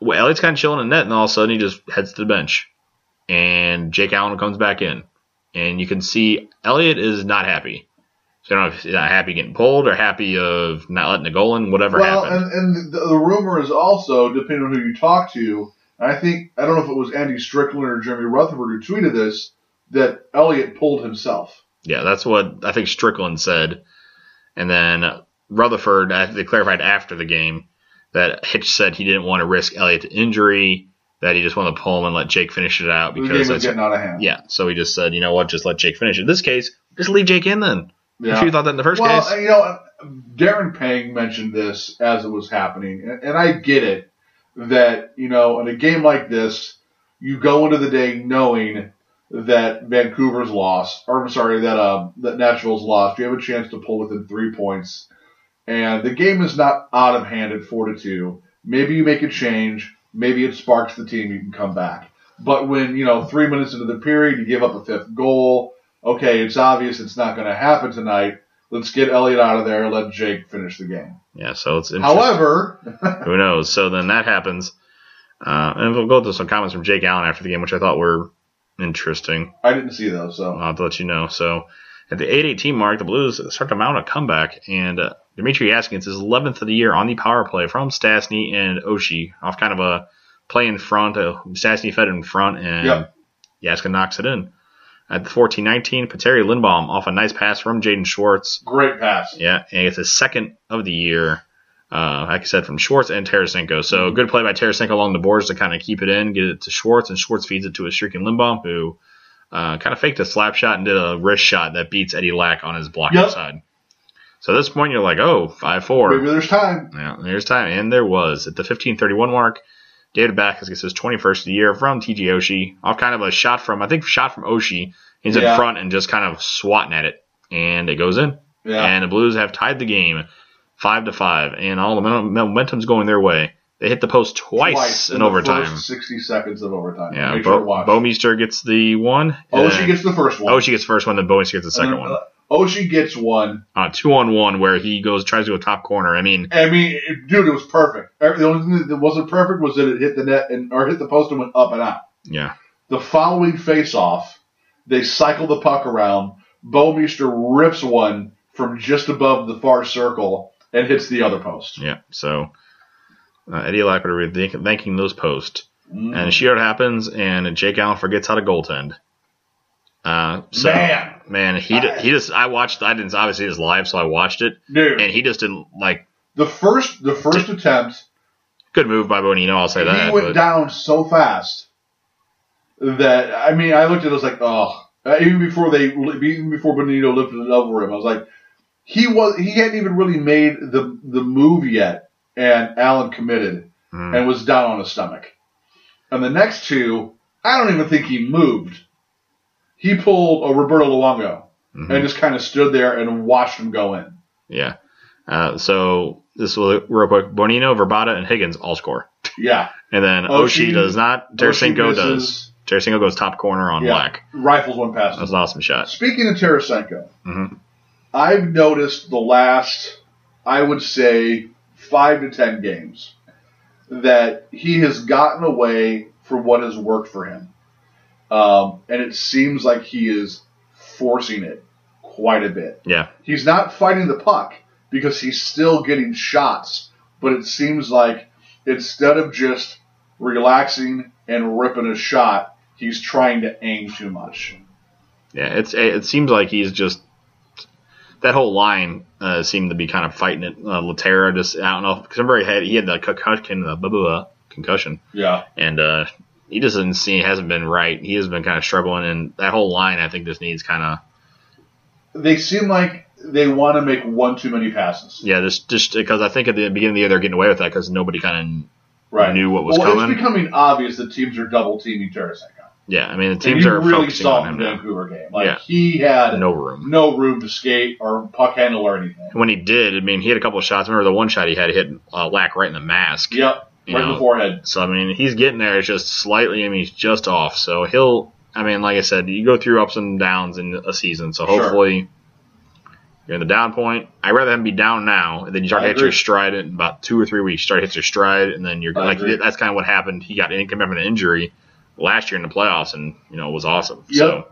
A: well, Elliott's kind of chilling in the net, and all of a sudden he just heads to the bench, and Jake Allen comes back in, and you can see Elliott is not happy. So I don't know if he's not happy getting pulled or happy of not letting the goal in, whatever
B: Well,
A: happened.
B: and, and the, the rumor is also, depending on who you talk to, and I think, I don't know if it was Andy Strickland or Jeremy Rutherford who tweeted this, that Elliot pulled himself.
A: Yeah, that's what I think Strickland said. And then Rutherford, I think they clarified after the game that Hitch said he didn't want to risk Elliott to injury, that he just wanted to pull him and let Jake finish it out
B: the
A: because
B: game was
A: that's,
B: getting out of hand.
A: yeah. So he just said, you know what, just let Jake finish. In this case, just leave Jake in then.
B: Yeah.
A: If you thought that in the first
B: well,
A: case,
B: and, you know, Darren Pang mentioned this as it was happening, and, and I get it that you know in a game like this, you go into the day knowing that Vancouver's lost, or I'm sorry, that um, that Nashville's lost. You have a chance to pull within three points, and the game is not out of hand at four to two. Maybe you make a change. Maybe it sparks the team. You can come back. But when you know three minutes into the period, you give up a fifth goal. Okay, it's obvious it's not going to happen tonight. Let's get Elliot out of there. Let Jake finish the game.
A: yeah. So it's interesting.
B: However,
A: Who knows? So then that happens. Uh, and we'll go to some comments from Jake Allen after the game, which I thought were interesting.
B: I didn't see those, so
A: I'll have to let you know. So at the 8-18 mark, the Blues start to mount a comeback, and uh, Dimitri Haskins is 11th of the year on the power play from Stastny and Oshie off kind of a play in front. Uh, Stastny fed in front, and
B: Yep.
A: Yaskin knocks it in. At the 14-19, Pateri Lindbaum off a nice pass from Jaden Schwartz.
B: great pass.
A: Yeah, and it's his second of the year. uh, like I said, from Schwartz and Tarasenko. So
B: Mm-hmm.
A: good play by Tarasenko along the boards to kind of keep it in, get it to Schwartz, and Schwartz feeds it to a shrieking Limbaugh who uh, kind of faked a slap shot and did a wrist shot that beats Eddie Lack on his blocking
B: Yep.
A: side. So at this point, you're like, oh, 5 4.
B: Maybe there's time.
A: Yeah, there's time, and there was at the 15:31 mark. David Backus gets his 21st of the year from TG Oshie off kind of a shot from I think shot from Oshie. He's in
B: Yeah.
A: front and just kind of swatting at it, and it goes in.
B: Yeah.
A: And the Blues have tied the game, five to five, and all the mom- momentum's going their way. They hit the post twice, in,
B: the
A: overtime.
B: First 60 seconds of overtime.
A: yeah,
B: Make
A: Bo,
B: sure to watch.
A: Bo Meester gets the one.
B: Oh, she
A: and-
B: gets the first one.
A: Oshie gets the first one, then Boeing gets the second one.
B: Oh, she gets one.
A: Uh, two on one, where he goes tries to go top corner. I mean,
B: I mean, it- dude, it was perfect. Every- The only thing that wasn't perfect was that it hit the net and or hit the post and went up and out.
A: yeah,
B: The following face-off, they cycle the puck around. Bo Meester rips one from just above the far circle and hits the other post.
A: Yeah. So uh, Eddie Lack would have been thank- thanking those posts. And
B: Mm.
A: a shootout happens, and Jake Allen forgets how to goaltend. Uh, so man,
B: Man,
A: he d- he just I watched I didn't obviously it was live, so I watched it,
B: dude,
A: and he just didn't like
B: the first the first attempt
A: good move by Bonino. I'll say that.
B: he went
A: but-
B: down so fast that I mean, I looked at it I was like, oh, Uh, even before they, even before Benito lifted it over him, I was like, he was he hadn't even really made the the move yet, and Allen committed
A: Mm.
B: and was down on his stomach. And the next two, I don't even think he moved. He pulled a Roberto Luongo
A: Mhm.
B: and just kind of stood there and watched him go in.
A: yeah. Uh, so this will real quick. Bonino, Verbata, and Higgins all score,
B: Yeah,
A: and then
B: Oshie-
A: Oshie does not. Tarasenko
B: Oh, Oshie
A: does.
B: misses,
A: Tarasenko goes top corner on
B: Yeah.
A: Black.
B: Rifles one past
A: That
B: him.
A: was an awesome shot.
B: Speaking of Tarasenko,
A: Mhm.
B: I've noticed the last, I would say, five to ten games that he has gotten away from what has worked for him. Um, and it seems like he is forcing it quite a bit.
A: Yeah.
B: He's not fighting the puck because he's still getting shots, but it seems like instead of just relaxing and ripping a shot, he's trying to aim too much.
A: Yeah, it's it seems like he's just that whole line uh, seemed to be kind of fighting it. Uh, Laterra just I don't know because remember he had he had the concussion, the blah, blah, blah, concussion,
B: Yeah.
A: and uh, he just doesn't seem hasn't been right. He has been kind of struggling, and that whole line I think just needs kind of
B: they seem like they want to make one too many passes.
A: yeah just just because I think at the beginning of the year they're getting away with that because nobody kind of
B: Right.
A: knew what was
B: well,
A: coming.
B: it's becoming obvious that teams are double teaming Tarasenko.
A: yeah I mean the
B: And
A: teams
B: you
A: are
B: really
A: focusing
B: saw
A: on
B: it in
A: him
B: the
A: now.
B: Vancouver game. Like
A: Yeah.
B: he had
A: No room.
B: no room to skate or puck handle or anything.
A: And When he did, I mean he had a couple of shots. Remember the one shot he had he hit uh, Lack right in the mask.
B: Yep.
A: You
B: right in
A: know,
B: the forehead.
A: So I mean, he's getting there. It's just slightly. I mean, he's just off. So he'll. I mean, like I said, you go through ups and downs in a season. So
B: Sure.
A: hopefully, you're in the down point. I'd rather him be down now, and then you start
B: I
A: to hit
B: agree.
A: your stride in about two or three weeks. You start to hit your stride, and then you're
B: I
A: like
B: agree.
A: that's kind of what happened. He got in- came back from an injury last year in the playoffs, and you know it was awesome.
B: Yep.
A: So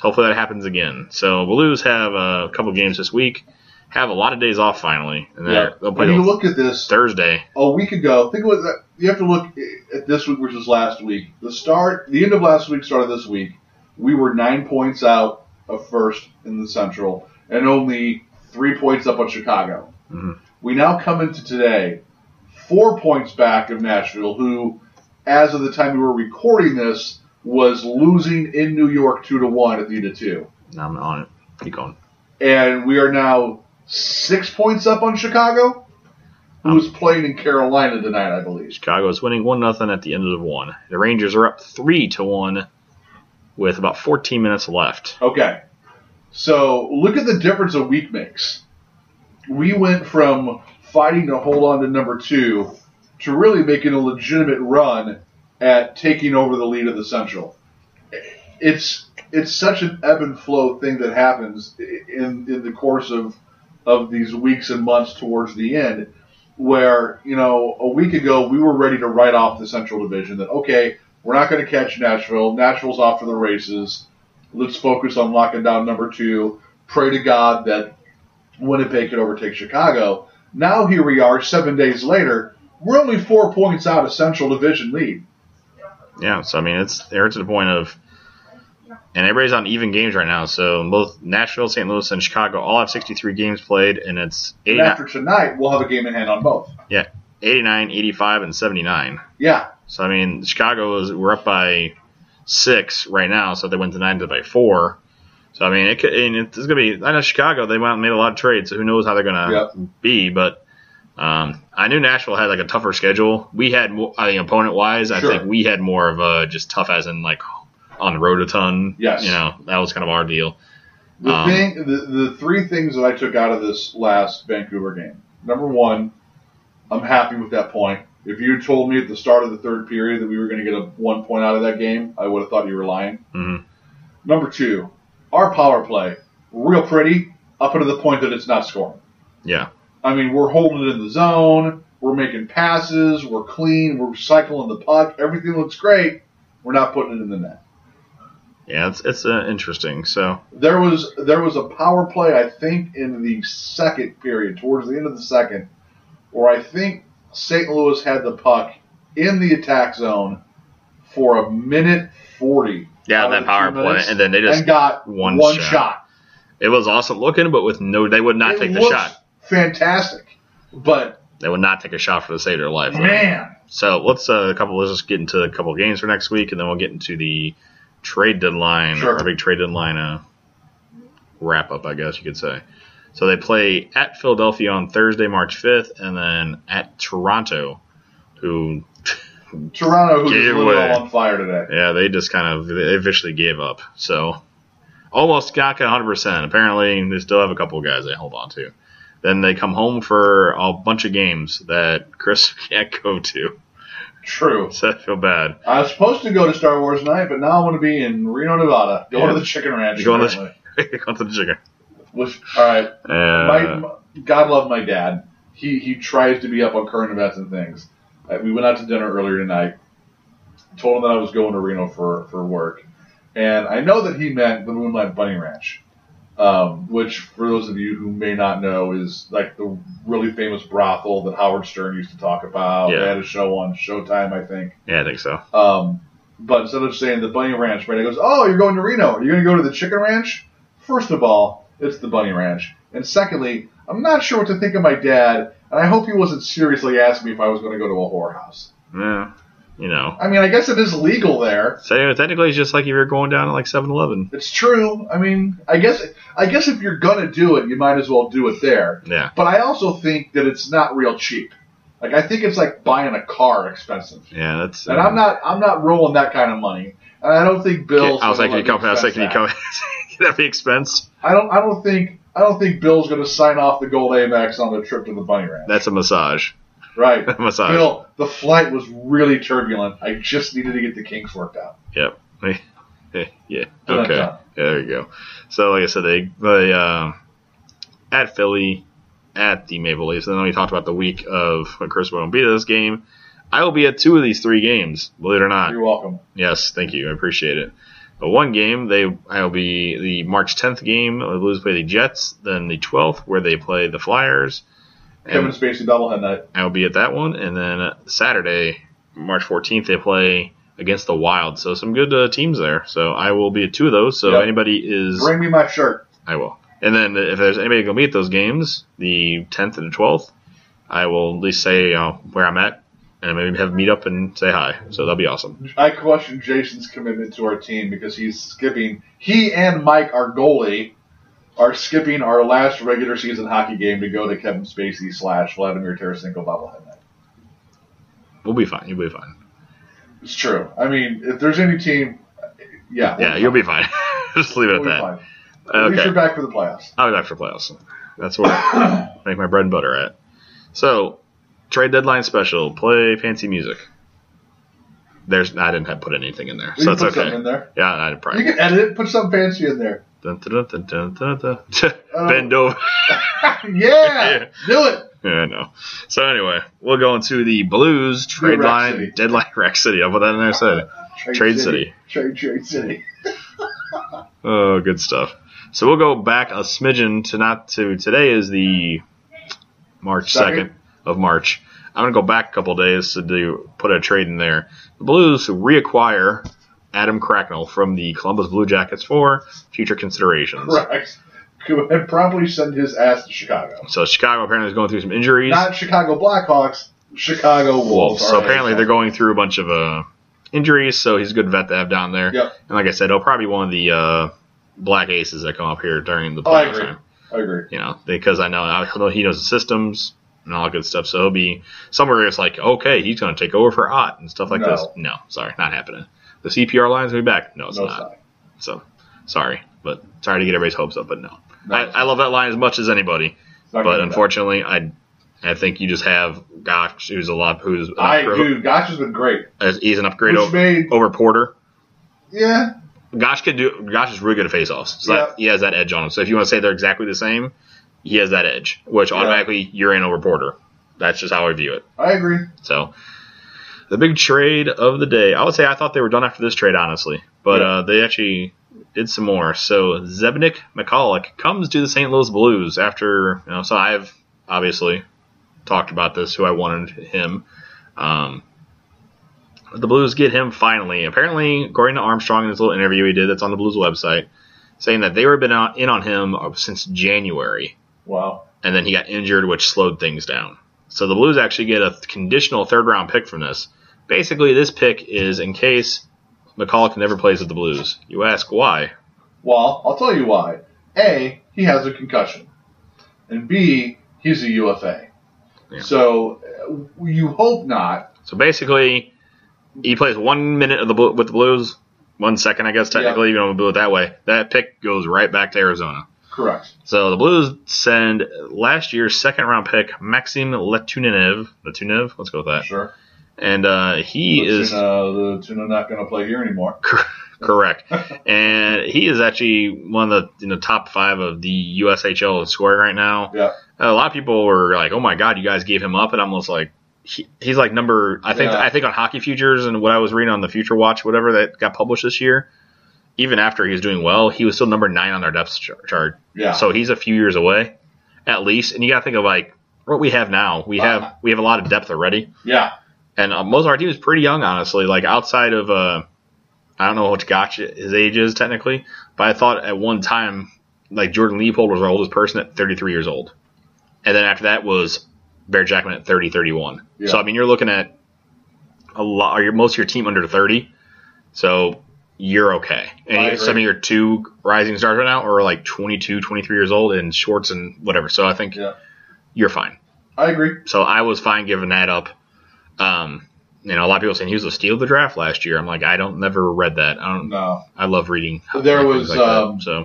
A: hopefully that happens again. So Blues have uh, a couple games this week. Have a lot of days off finally, and they're-
B: Yeah.
A: they'll play
B: When you
A: till
B: look at this
A: Thursday.
B: a week ago, think about that. You have to look at this week versus last week. The start, the end of last week, start of this week, we were nine points out of first in the Central and only three points up on Chicago.
A: Mhm.
B: We now come into today, four points back of Nashville, who, as of the time we were recording this, was losing in New York two to one at the end of two,
A: I'm on it. Keep going.
B: and we are now six points up on Chicago, who's playing in Carolina tonight, I believe.
A: Chicago is winning one nothing at the end of one. The Rangers are up three to one with about 14 minutes left.
B: Okay. So look at the difference a week makes. We went from fighting to hold on to number two to really making a legitimate run at taking over the lead of the Central. It's it's such an ebb and flow thing that happens i- in in the course of of these weeks and months towards the end, where you know a week ago we were ready to write off the Central Division. That okay, we're not going to catch Nashville. Nashville's off to the races let's focus on locking down number two. Pray to God that Winnipeg could overtake Chicago. Now here we are, seven days later. We're only four points out of Central Division lead.
A: Yeah, so I mean it's they're to the point of And everybody's on even games right now. So both Nashville, St. Louis, and Chicago all have 63 games played, and it's
B: And
A: 89,
B: after tonight, we'll have a game in hand on both.
A: 89 85, and 79.
B: Yeah,
A: So I mean, Chicago is we're up by six right now. So if they went to nine to by four. So I mean, it could. And it's going to be. I know Chicago. They went out and made a lot of trades. So who knows how they're going to
B: Yep.
A: be? But um, I knew Nashville had like a tougher schedule. We had, mo- I think, opponent wise, I
B: Sure.
A: think we had more of a just tough as in like on the road a ton.
B: Yes.
A: You know, that was kind of our deal.
B: The
A: Um,
B: thing, the, the three things that I took out of this last Vancouver game. Number one, I'm happy with that point. If you told me at the start of the third period that we were going to get a one point out of that game, I would have thought you were lying.
A: Mhm.
B: Number two, our power play, real pretty, up to the point that it's not scoring.
A: Yeah.
B: I mean, we're holding it in the zone, we're making passes, we're clean, we're cycling the puck, everything looks great. We're not putting it in the net.
A: Yeah, it's it's uh, interesting. So
B: There was there was a power play I think in the second period, towards the end of the second, where I think St. Louis had the puck in the attack zone for a minute forty
A: yeah,
B: Out of
A: that
B: the
A: power
B: two
A: play,
B: minutes,
A: and then they just
B: and got
A: one
B: one,
A: shot.
B: shot.
A: it was awesome looking, but with no, they would not
B: It
A: take the
B: looks
A: shot.
B: Fantastic, but
A: They would not take a shot for the sake of their life.
B: man,
A: So let's uh, a couple. Let's just get into a couple of games for next week, and then we'll get into the trade deadline,
B: Sure.
A: our big trade deadline uh, wrap up, I guess you could say. So they play at Philadelphia on Thursday, March fifth, and then at Toronto, who
B: Toronto who
A: Give
B: just lit
A: way.
B: it all on fire today.
A: yeah they just kind of they officially gave up. So almost got 100 percent. Apparently they still have a couple of guys they hold on to. Then they come home for a bunch of games that Chris can't go to.
B: True.
A: So I feel bad.
B: I was supposed to go to Star Wars night, but now I want to be in Reno, Nevada, going
A: Yeah.
B: to the Chicken Ranch.
A: Going to-
B: apparently.
A: Go to the chicken.
B: Which, all right.
A: Uh,
B: my, God love my dad. He he tries to be up on current events and things. Uh, we went out to dinner earlier tonight. Told him that I was going to Reno for for work, and I know that he meant the Moonlight Bunny Ranch, um, which for those of you who may not know is like the really famous brothel that Howard Stern used to talk about.
A: Yeah.
B: They had a show on Showtime, I think.
A: yeah, I think so.
B: Um, but instead of saying the Bunny Ranch, right, it goes, oh, you're going to Reno. Are you going to go to the Chicken Ranch? First of all, it's the Bunny Ranch. And secondly, I'm not sure what to think of my dad, and I hope he wasn't seriously asking me if I was going to go to a whorehouse.
A: Yeah, you know.
B: I mean, I guess it is legal there.
A: So anyway, technically, it's just like if you're going down at like 7-Eleven.
B: It's true. I mean, I guess I guess if you're going to do it, you might as well do it there.
A: Yeah,
B: But I also think that it's not real cheap. Like I think it's like buying a car expensive.
A: yeah, that's. um,
B: And I'm not I'm not rolling that kind of money. And I don't think Bill's
A: I was
B: gonna
A: like, can you
B: let me
A: come? I was like,
B: expense
A: can you
B: that.
A: come? Can that be expense?
B: I don't. I don't think. I don't think Bill's going to sign off the gold Amex on the trip to the Bunny Ranch.
A: That's a massage.
B: right.
A: massage.
B: Bill, the flight was really turbulent. I just needed to get the kinks worked out.
A: yeah.
B: So
A: Okay.
B: that's
A: Yeah,
B: all.
A: there you go. So like I said, they they uh, at Philly, at the Maple Leafs, and then we talked about the week of when Chris won't be at this game. I will be at two of these three games. Believe it or not.
B: You're welcome.
A: Yes, thank you. I appreciate it. But one game, they I'll be the March 10th game. The Blues play the Jets. Then the 12th, where they play the Flyers.
B: Kevin
A: And
B: Spacey doublehead night.
A: I'll be at that one. And then uh, Saturday, March 14th, they play against the Wild. So some good uh, teams there. So I will be at two of those. So
B: Yep.
A: anybody is,
B: Bring me my shirt.
A: I will. And then if there's anybody going to be at those games, the 10th and the 12th, I will at least say uh, where I'm at and maybe have meet up and say hi. So that'll be awesome.
B: I question Jason's commitment to our team because he's skipping. He and Mike, our goalie, are skipping our last regular season hockey game to go to Kevin Spacey slash Vladimir Tarasenko bobblehead night.
A: We'll be fine. You'll be fine.
B: It's true. I mean, if there's any team, yeah,
A: Yeah, you'll be fine. Just leave it
B: we'll
A: at
B: be
A: that.
B: fine. At least
A: Okay.
B: you're back for the playoffs.
A: I would after playoffs. That's where I make my bread and butter at. So, trade deadline special. Play fancy music. There's I didn't have put anything in there, so
B: You can
A: it's
B: put something
A: okay.
B: in there.
A: Yeah, I did
B: You
A: probably.
B: can edit it, put something fancy in there.
A: Dun, dun, dun, dun, dun, dun, dun.
B: Oh.
A: Bend over.
B: yeah,
A: Yeah.
B: do it.
A: Yeah, I know. So anyway, we'll go into the Blues trade
B: Rack
A: line
B: City.
A: deadline. Rack City. I'll put that in there. Said it. Trade City.
B: Trade Trade City.
A: Oh, good stuff. So we'll go back a smidgen to not to today is the March
B: Second.
A: second of March. I'm gonna go back a couple days to do put a trade in there. The Blues reacquire Adam Cracknell from the Columbus Blue Jackets for future considerations.
B: Correct. And probably send his ass to Chicago.
A: So Chicago apparently is going through some injuries.
B: Not Chicago Blackhawks, Chicago Wolves.
A: so
B: All right.
A: apparently they're going through a bunch of uh, injuries. So he's a good vet to have down there.
B: Yep.
A: And like I said, he'll probably be one of the uh, black aces that come up here during the
B: Oh, I
A: playoff
B: agree.
A: time.
B: I agree.
A: You know, because I know I know he knows the systems and all that good stuff. So he'll be somewhere. It's like okay, he's going to take over for Ott and stuff like
B: No.
A: this. No, sorry, not happening. The CPR line's gonna be back. No, it's
B: No,
A: not.
B: it's
A: So
B: not.
A: sorry, but sorry to get everybody's hopes up, but no.
B: No,
A: I,
B: it's
A: I love that line as much as anybody
B: It's not gonna
A: but
B: be bad.
A: unfortunately, I I think you just have Gotch, who's a lot, who's an
B: I
A: upgrade-
B: dude, Gotch has been great.
A: as- he's an upgrade
B: Which
A: over,
B: made
A: over Porter.
B: yeah,
A: Gotch could do. Gotch is really good at faceoffs, so that, he has that edge on him. So if you want to say they're exactly the same, he has that edge, which
B: Yeah.
A: automatically you're in over Porter. That's just how I view it.
B: I agree.
A: So the big trade of the day, I would say I thought they were done after this trade, honestly, but
B: Yeah.
A: uh, they actually did some more. So Zebnik McCulloch comes to the St. Louis Blues after you know. So I've obviously talked about this, who I wanted him. Um, the Blues get him finally. Apparently, according to Armstrong in his little interview he did that's on the Blues website, saying that they were been on, in on him uh, since January
B: Wow.
A: and then he got injured, which slowed things down. So the Blues actually get a conditional third round pick from this. Basically, this pick is in case McCulloch never plays with the Blues. You ask why?
B: Well, I'll tell you why. A, he has a concussion, and B, he's a UFA.
A: Yeah.
B: So uh, you hope not.
A: So basically, he plays one minute of the Blu- with the Blues, one second, I guess technically. You know, we'll do it that way. That pick goes right back to Arizona.
B: Correct.
A: So the Blues send last year's second round pick Maxim Letunev. Letunev, let's go with that.
B: Sure.
A: And uh, he
B: The
A: is
B: tuna, the tuna not going to play here anymore.
A: Correct. and he is actually one of the in the top five of the USHL in scoring right now.
B: Yeah.
A: A lot of people were like, "Oh my God, you guys gave him up," and I'm almost like, he, he's like number. I think
B: Yeah.
A: I think on hockey futures and what I was reading on the Future Watch, whatever that got published this year. Even after he was doing well, he was still number nine on our depth char- chart.
B: Yeah.
A: So he's a few years away, at least. And you got to think of like what we have now. We have
B: Uh-huh.
A: we have a lot of depth already
B: yeah.
A: and uh, most of our team is pretty young, honestly. Like outside of, uh, I don't know what gotcha his age is technically, but I thought at one time like Jordan Leopold was our oldest person at 33 years old, and then after that was Bear Jackman at 30, 31.
B: Yeah.
A: So I mean, you're looking at a lot. Or your, most of your team under 30, so you're okay.
B: I
A: And
B: agree.
A: some of your two rising stars right now are like 22, 23 years old in shorts and whatever. So I think
B: Yeah.
A: you're fine.
B: I agree.
A: So I was fine giving that up. Um, you know, a lot of people saying he was a steal of the draft last year. I'm like, I don't never read that. I don't.
B: No.
A: I love reading.
B: There
A: things
B: was,
A: like that.
B: um,
A: so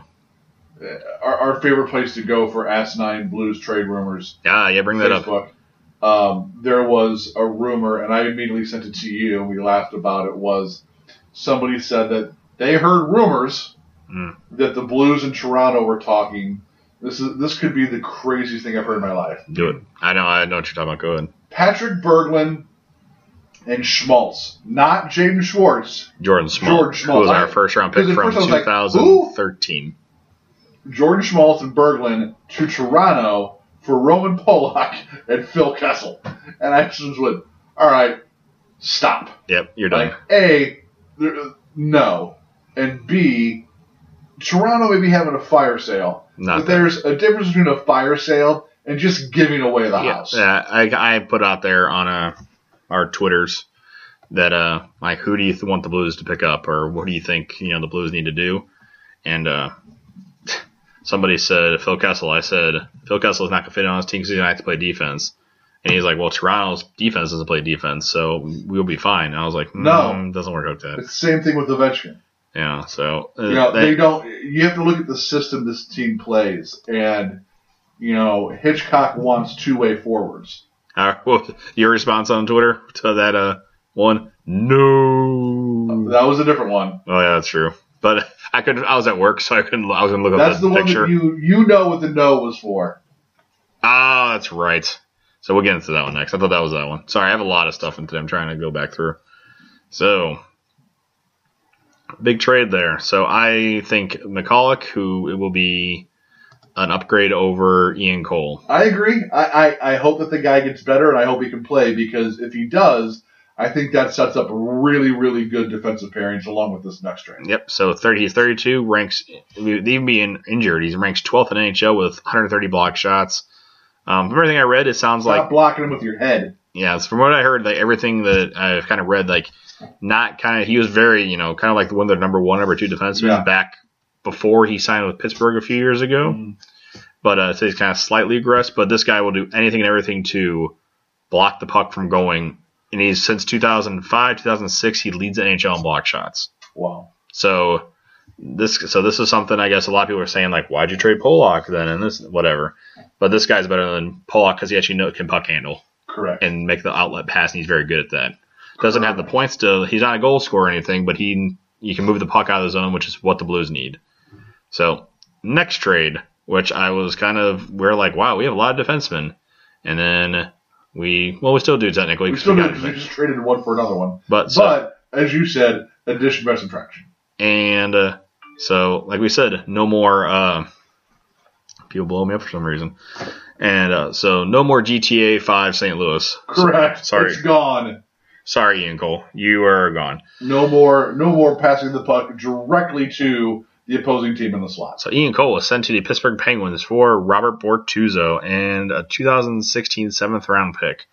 B: Our, our favorite place to go for asinine blues trade rumors.
A: yeah, yeah. Bring that up.
B: Facebook. Um, there was a rumor, and I immediately sent it to you, and we laughed about it. Was somebody said that they heard rumors
A: Mm.
B: that the Blues and Toronto were talking. This is this could be the craziest thing I've heard in my life.
A: Do it. I know. I know what you're talking about. Go ahead.
B: Patrick Berglund and Schmaltz, not Jaden Schwartz.
A: Jordan Small,
B: Jordan Small.
A: who was
B: I-
A: our first round
B: because
A: pick
B: at
A: from
B: first I was like,
A: 2013.
B: Jordan Schmaltz and Berglund to Toronto for Roman Polak and Phil Kessel. And I just went, all right, stop.
A: yep, you're done.
B: Like A, there- no, and B, Toronto may be having a fire sale,
A: Not
B: but there's a difference between a fire sale and just giving away the
A: yeah,
B: house.
A: yeah, I, I put out there on uh, our Twitters that uh, like who do you th- want the Blues to pick up, or what do you think you know the Blues need to do? And uh, somebody said Phil Kessel. I said Phil Kessel is not gonna fit on his team because he's gonna have to play defense. And he's like, well, Toronto's defense doesn't play defense, so we'll be fine. And I was like,
B: No.
A: no, doesn't work like that.
B: It's the same thing with Ovechkin.
A: Yeah, so uh,
B: You know,
A: that-
B: they don't. You have to look at the system this team plays, and you know Hitchcock wants two-way forwards.
A: uh, what- your response on Twitter to that uh, one, no.
B: That was a different one.
A: Oh yeah, that's true. But I could I was at work, so I couldn't. I was gonna look
B: That's
A: up
B: the
A: the,
B: one
A: picture.
B: that you you know what the no was for.
A: Ah, that's right. So we'll get into that one next. I thought that was that one. Sorry, I have a lot of stuff into. I'm trying to go back through. So big trade there. So I think McCulloch, who it will be an upgrade over Ian Cole.
B: I agree. I, I I hope that the guy gets better, and I hope he can play because if he does, I think that sets up really, really good defensive pairings along with this next train.
A: Yep. So 30 32 ranks, even being injured, he ranks 12th in NHL with 130 block shots. Um, from everything I read, it sounds
B: Stop
A: like,
B: blocking him with your head.
A: yeah, it's from what I heard, like everything that I've kind of read, like not kind of, he was very, you know, kind of like the one of their number one, number two defensemen
B: Yeah.
A: back before he signed with Pittsburgh a few years ago.
B: Mm.
A: But uh, so he's kind of slightly aggressive, but this guy will do anything and everything to block the puck from going. And he's since 2005, 2006, he leads the NHL in block shots.
B: Wow.
A: So this so this is something I guess a lot of people are saying like, why'd you trade Pollock then and this whatever. But this guy's better than Pollock because he actually know, can puck handle
B: Correct.
A: and make the outlet pass, and he's very good at that. Doesn't have the points to he's not a goal scorer or anything, but he you can move the puck out of the zone, which is what the Blues need. So next trade, which I was kind of we're like, wow, we have a lot of defensemen, and then we well we still do technically,
B: we
A: 'cause
B: still
A: we
B: do
A: got
B: because we
A: defense.
B: just traded one for another one.
A: but so,
B: but as you said, addition by subtraction.
A: And uh, so, like we said, no more. Uh, people blow me up for some reason. And uh, so, no more GTA 5 St. Louis.
B: Correct.
A: sorry.
B: It's gone.
A: Sorry, Ian Cole. You are gone.
B: No more. No more passing the puck directly to the opposing team in the slot.
A: So, Ian Cole was sent to the Pittsburgh Penguins for Robert Bortuzzo and a 2016 seventh round pick.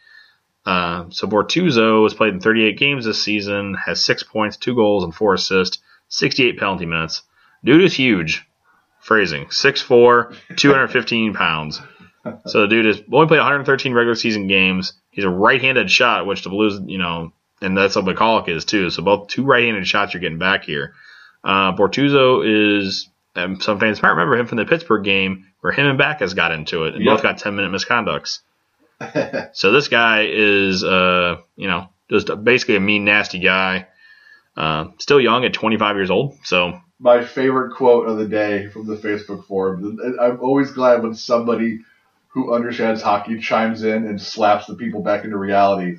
A: Uh, so, Bortuzzo has played in 38 games this season, has six points, two goals, and four assists, 68 penalty minutes. Dude is huge. Phrasing 6'4, 215 pounds. So the dude has only played 113 regular season games. He's a right-handed shot, which the Blues, you know, and that's what McCulloch is too. So both two right-handed shots you're getting back here. Uh, Bortuzzo is um, some fans might remember him from the Pittsburgh game where him and Backus got into it and
B: Yep.
A: both got 10-minute misconducts. so this guy is, uh, you know, just basically a mean, nasty guy. Uh, still young at 25 years old, so
B: My favorite quote of the day from the Facebook forum. And I'm always glad when somebody who understands hockey chimes in and slaps the people back into reality.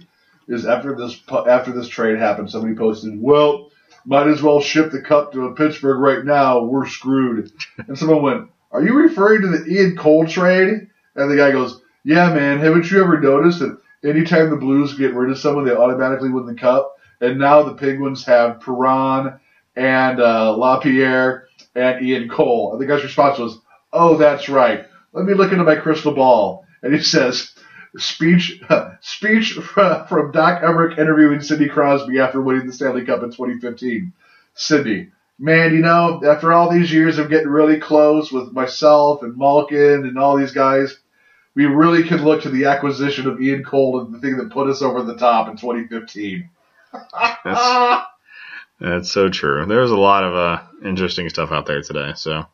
B: Is after this pu- after this trade happened, somebody posted, "Well, might as well ship the cup to Pittsburgh right now. We're screwed." And someone went, "Are you referring to the Ian Cole trade?" And the guy goes, "Yeah, man. Haven't you ever noticed that anytime the Blues get rid of someone, they automatically win the cup? And now the Penguins have Perron and uh, LaPierre and Ian Cole." And the guy's response was, "Oh, that's right. Let me look into my crystal ball." And he says, "Speech, speech fr- from Doc Emmerich interviewing Sidney Crosby after winning the Stanley Cup in 2015." Sidney, man, you know, after all these years of getting really close with myself and Malkin and all these guys, we really could look to the acquisition of Ian Cole and the thing that put us over the top in Ah! 2015.
A: That's- That's so true. There's a lot of uh, interesting stuff out there today. So,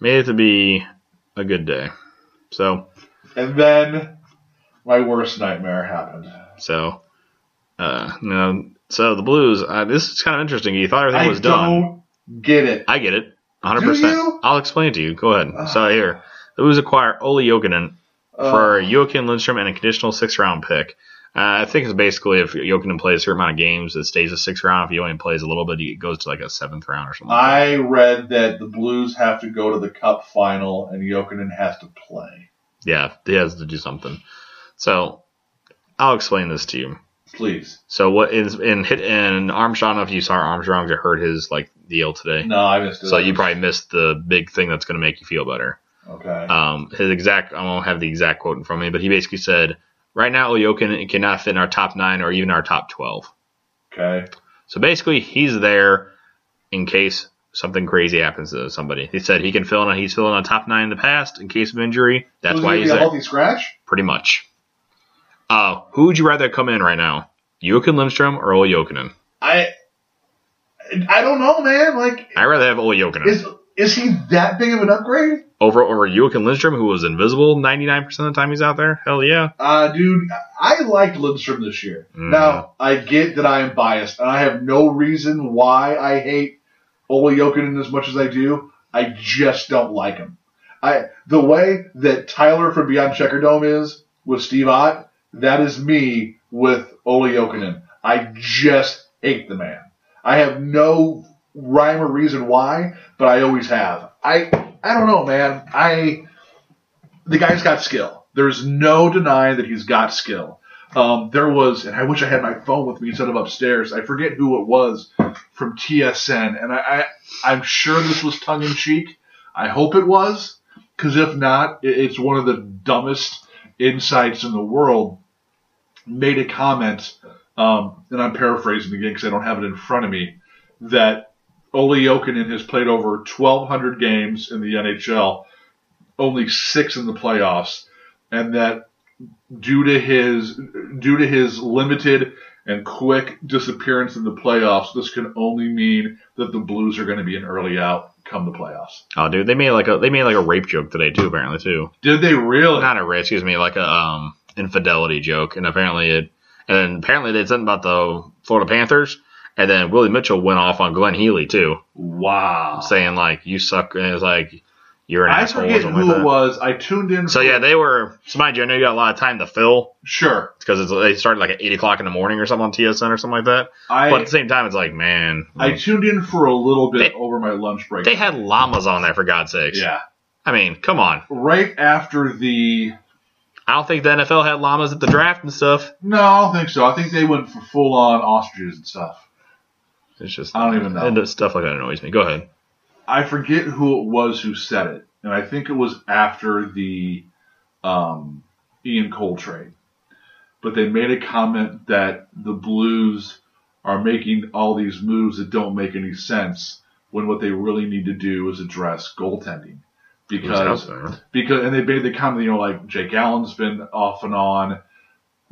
A: made it to be a good day. So,
B: And then my worst nightmare happened.
A: so, uh, no, so the Blues. Uh, this is kind of interesting. You thought everything
B: I
A: was done.
B: don't get it.
A: I get it. 100%.
B: Do you? Ah.
A: I'll explain it to you. Go ahead. so, here. The Blues acquire Ole Jokinen
B: Uh. Um,
A: for Joakim Lindstrom and a conditional six round pick. Uh, I think it's basically if Jokinen plays a certain amount of games, it stays a six round. If he only plays a little bit, it goes to like a seventh round or something. like that.
B: I read that the Blues have to go to the Cup final and Jokinen has to play.
A: Yeah, he has to do something. So I'll explain this to you.
B: Please.
A: So what is in hit and Armstrong? If you saw Armstrong, you heard his like deal today.
B: No, I missed it.
A: So you probably missed the big thing that's going to make you feel better.
B: okay.
A: Um, his exact I won't have the exact quote in front of me, but he basically said, "Right now, Olyokin cannot fit in our top nine or even our top 12.
B: okay.
A: So basically, he's there in case something crazy happens to somebody. He said he can fill in. He's filling a top nine in the past in case of injury. That's
B: So is
A: why
B: he gonna
A: he's
B: be a
A: there.
B: healthy scratch.
A: pretty much. Uh, who would you rather come in right now? Joakim Lindstrom or Ole Jokinen?
B: I I don't know, man. Like,
A: I'd rather have Ole Jokinen
B: is is he that big of an upgrade?
A: over over Joakim Lindstrom, who was invisible 99% of the time he's out there. Hell yeah.
B: Uh, dude, I liked Lindstrom this year.
A: Mm.
B: Now, I get that I am biased, and I have no reason why I hate Ole Jokinen as much as I do. I just don't like him. I the way that Tyler from Beyond Checkerdome is with Steve Ott, that is me with Ole Jokinen. I just hate the man. I have no rhyme or reason why, but I always have. I I don't know, man. I the guy's got skill. There's no denying that he's got skill. Um, there was, and I wish I had my phone with me instead of upstairs. I forget who it was from TSN, and I, I I'm sure this was tongue in cheek. I hope it was, because if not, it, it's one of the dumbest insights in the world. Made a comment, um, and I'm paraphrasing again because I don't have it in front of me, that Ole Jokinen has played over 1,200 games in the NHL, only six in the playoffs, and that due to his due to his limited and quick disappearance in the playoffs, this can only mean that the Blues are going to be an early out come the playoffs.
A: Oh, dude, they made like a they made like a rape joke today too. Apparently, too.
B: Did they really?
A: Not a rape, excuse me, like a um infidelity joke. And apparently it, and apparently they said something about the Florida Panthers. And then Willie Mitchell went off on Glenn Healy too,
B: Wow.
A: saying like you suck. And it was like you're an
B: I
A: asshole. or
B: forget
A: something
B: who
A: like
B: it
A: that.
B: was. I tuned in.
A: So
B: for-
A: yeah, they were. So mind you, I know you got a lot of time to fill
B: sure.
A: because they started like at eight o'clock in the morning or something on TSN or something like that.
B: I
A: but at the same time, it's like man,
B: I tuned in for a little bit
A: They-
B: over my lunch break.
A: they had llamas on there for God's sakes.
B: yeah.
A: I mean, come on.
B: Right after the
A: I don't think the NFL had llamas at the draft and stuff.
B: No, I don't think so. I think they went for full on ostriches and stuff.
A: It's just
B: I don't even know.
A: and stuff like that annoys me. Go ahead.
B: I forget who it was who said it, and I think it was after the um, Ian Cole trade. But they made a comment that the Blues are making all these moves that don't make any sense when what they really need to do is address goaltending.
A: It was out
B: Because
A: there.
B: because and they made the comment, you know, like Jake Allen's been off and on,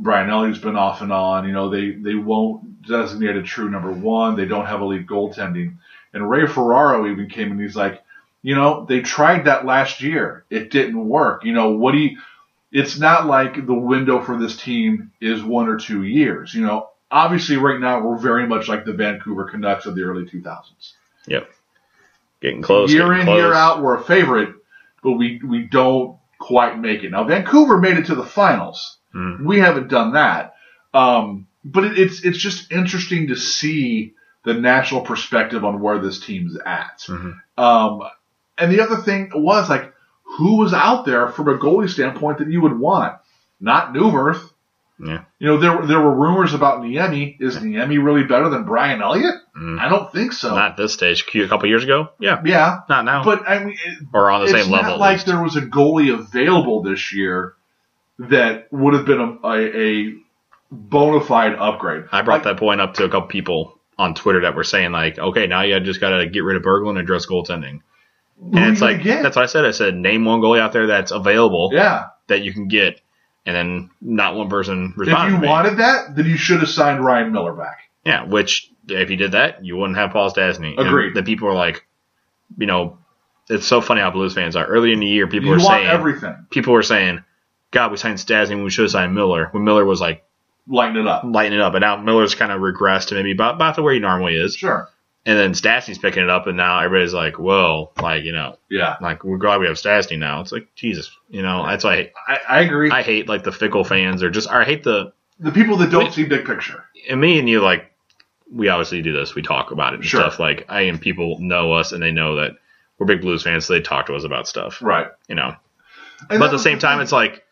B: Brian Ellie's been off and on. You know, they they won't designate a true number one. They don't have elite goaltending. And Ray Ferraro even came and he's like, you know, they tried that last year. It didn't work. You know, what do you? It's not like the window for this team is one or two years. You know, obviously right now we're very much like the Vancouver Canucks of the early two thousands
A: Getting close.
B: year
A: getting
B: in,
A: close.
B: year out, we're a favorite, but we we don't quite make it. Now Vancouver made it to the finals.
A: Mm.
B: We haven't done that, um, but it, it's it's just interesting to see the national perspective on where this team's at.
A: Mhm.
B: Um, and the other thing was like, who was out there from a goalie standpoint that you would want? Not Newmirth.
A: Yeah.
B: You know, there, were- there were rumors about Niemi. Is Niemi really better than Brian Elliott?
A: Mm.
B: I don't think so.
A: Not at this stage. A couple years ago. Yeah.
B: yeah,
A: Not now.
B: but I mean, it,
A: or on the
B: it's
A: same level.
B: not
A: at
B: like
A: least.
B: there was a goalie available this year that would have been a, a, a bona fide upgrade.
A: I brought
B: like,
A: that point up to a couple people on Twitter that were saying like, okay, now you just got to get rid of Berglund and address goaltending.
B: who are
A: And it's
B: you gonna
A: like
B: get?
A: that's what I said. I said name one goalie out there that's available
B: yeah.
A: that you can get, and then not one person
B: If
A: responded.
B: you
A: to me.
B: wanted that, then you should have signed Ryan Miller back.
A: yeah, which if you did that, you wouldn't have Paul Stasny. And
B: Agreed.
A: The people are like, you know, it's so funny how Blues fans are. Early in the year, people
B: you
A: were
B: want
A: saying
B: everything,
A: people were saying, God, we signed Stasny, we should have signed Miller. When Miller was like
B: lighten it up.
A: lighting it up, and now Miller's kind of regressed to maybe about, about to where he normally is.
B: Sure.
A: And then Stastny's picking it up, and now everybody's like, "Whoa!" Like you know,
B: Yeah,
A: like we're glad we have Stastny now. It's like Jesus, you know. That's why I hate,
B: I, I agree.
A: I hate like the fickle fans, or just or I hate the
B: the people that don't
A: Wait.
B: see big picture.
A: and me and you like we obviously do this. We talk about it and
B: Sure.
A: stuff. Like I and people know us, and they know that we're big Blues fans, so they talk to us about stuff.
B: Right.
A: You know, but
B: And that
A: at the
B: was
A: same time,
B: thing.
A: it's like,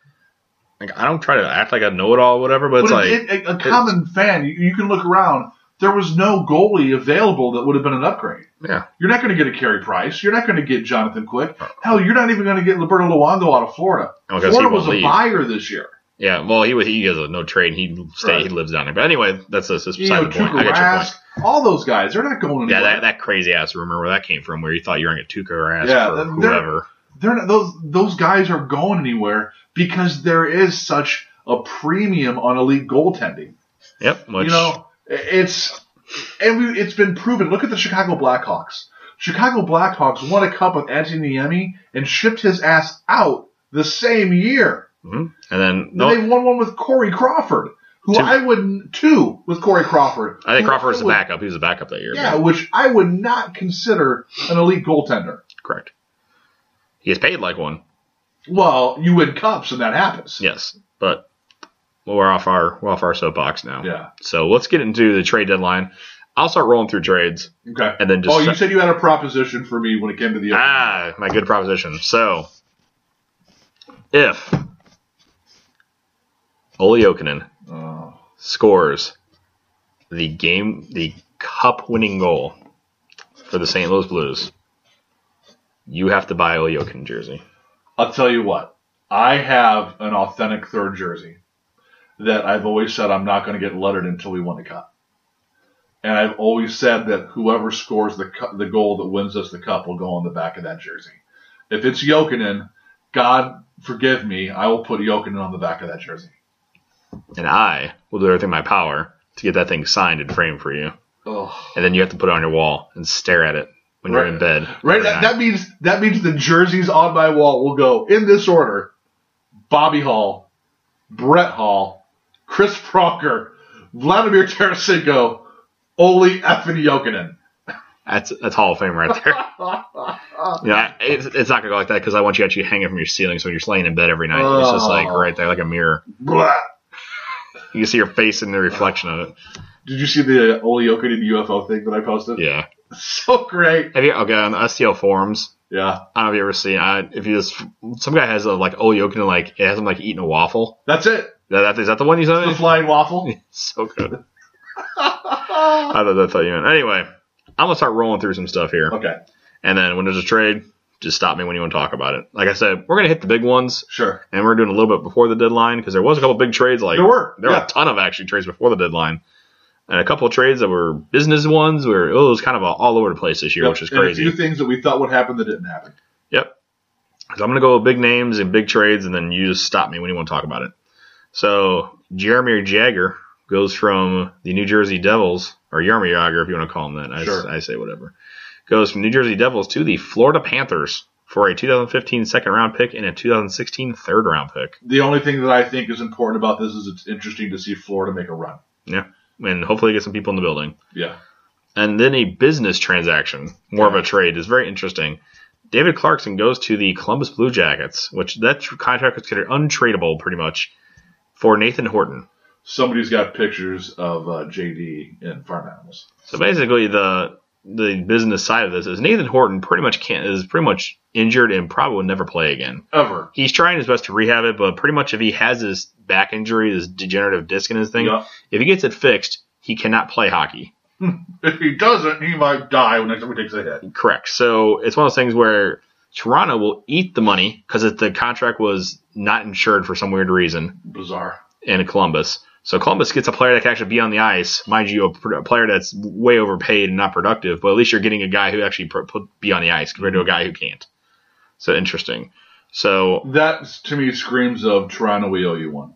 A: like I don't try to act like I know it all, or whatever. But,
B: But
A: it's like
B: it- it- a common fan, you, you can look around. There was no goalie available that would have been an upgrade.
A: Yeah.
B: You're not going to get a Carey Price. You're not going to get Jonathan Quick. Hell, you're not even going to get Liberto Luongo out of Florida.
A: because oh, he
B: Florida
A: won't
B: was a
A: leave.
B: buyer this year.
A: Yeah, well, he was- he has a no trade. He stay,
B: Right.
A: he lives down there. But anyway, that's that's beside
B: You know,
A: the point.
B: Tuukka
A: I got your point.
B: Rask, all those guys, they're not going
A: Yeah,
B: anywhere.
A: that, that crazy ass rumor where that came from, where you thought you were gonna get Tuca or ass
B: Yeah,
A: for
B: they're-
A: whoever.
B: they're not, those those guys are going anywhere because there is such a premium on elite goaltending.
A: Yep. Which,
B: you know, it's and we, it's been proven. Look at the Chicago Blackhawks. Chicago Blackhawks won a cup with Anthony Niemi and shipped his ass out the same year.
A: mhm. and then
B: Then
A: no,
B: They won one with Corey Crawford, who
A: Two.
B: I wouldn't two with Corey Crawford.
A: I think
B: who
A: Crawford was the
B: would-
A: backup. He was the backup that year.
B: Yeah,
A: but-
B: which I would not consider an elite goaltender.
A: correct. He is paid like one.
B: Well, you win cups and that happens.
A: Yes, but well, we're off our we're off our soapbox now.
B: Yeah.
A: So let's get into the trade deadline. I'll start rolling through trades
B: Okay.
A: and then just
B: Oh, you said you had a proposition for me when it came to the
A: ah my good proposition. So if Ole Jokinen
B: Uh,
A: scores the game, the cup winning goal for the St. Louis Blues, you have to buy a Lyokin jersey.
B: I'll tell you what. I have an authentic third jersey that I've always said I'm not going to get lettered until we win the cup. And I've always said that whoever scores the cu- the goal that wins us the cup will go on the back of that jersey. If it's Jokinen, God forgive me, I will put Jokinen on the back of that jersey.
A: And I will do everything in my power to get that thing signed and framed for you.
B: Ugh.
A: And then you have to put it on your wall and stare at it when you're in
B: Right.
A: bed.
B: Right?
A: every
B: That,
A: night.
B: that means that means the jerseys on my wall will go in this order: Bobby Hall, Brett Hall, Chris Pronger, Vladimir Tarasenko, Ole effing Jokinen.
A: That's that's Hall of Fame right there. yeah, it's, it's not gonna go like that because I want you to actually hang it from your ceiling, so when you're laying in bed every night, it's just like
B: Oh.
A: right there, like a mirror.
B: Blah.
A: You can see your face in the reflection of it.
B: Did you see the Ole Jokinen UFO thing that I posted?
A: Yeah.
B: So great.
A: Have you okay on the STL forums?
B: Yeah,
A: I don't know if you ever seen. I, if you just some guy has a like oh yoking like it has him like eating a waffle.
B: that's it.
A: That, that is that the one you
B: The
A: said?
B: flying waffle.
A: so good. I thought that's what you meant. Anyway, I'm gonna start rolling through some stuff here,
B: okay,
A: and then when there's a trade, just stop me when you want to talk about it. Like I said, we're gonna hit the big ones.
B: sure.
A: and we're doing a little bit before the deadline because there was a couple big trades. Like
B: There were,
A: there
B: yeah.
A: were a ton of actually trades before the deadline, and a couple of trades that were business ones. Where it was kind of a, all over the place this year,
B: Yep.
A: which is
B: And
A: crazy.
B: a few things that we thought would happen that didn't happen.
A: Yep. So I'm going to go with big names and big trades, and then you just stop me when you want to talk about it. So Jeremy Jagger goes from the New Jersey Devils, or Jeremy Jagger, if you want to call him that. I,
B: Sure.
A: I say whatever. Goes from New Jersey Devils to the Florida Panthers for a 2015 second round pick and a 2016 third round pick.
B: The only thing that I think is important about this is it's interesting to see Florida make a run.
A: And hopefully get some people in the building.
B: Yeah.
A: and then a business transaction, more of a trade, is very interesting. David Clarkson goes to the Columbus Blue Jackets, which that tr- contract was considered untradeable pretty much for Nathan Horton.
B: somebody's got pictures of uh, JD in farm animals.
A: So basically, the the business side of this is Nathan Horton pretty much can't is pretty much injured and probably will never play again.
B: Ever.
A: He's trying his best to rehab it, but pretty much if he has his back injury, this degenerative disc in his thing,
B: Yeah.
A: if he gets it fixed, he cannot play hockey.
B: If he doesn't, he might die when next time he takes a hit.
A: Correct. So it's one of those things where Toronto will eat the money because the contract was not insured for some weird reason
B: Bizarre.
A: in Columbus. So Columbus gets a player that can actually be on the ice, mind you, a, pr- a player that's way overpaid and not productive. But at least you're getting a guy who actually pr- put, be on the ice compared to a guy who can't. So interesting. So,
B: That to me screams of Toronto. We owe you one.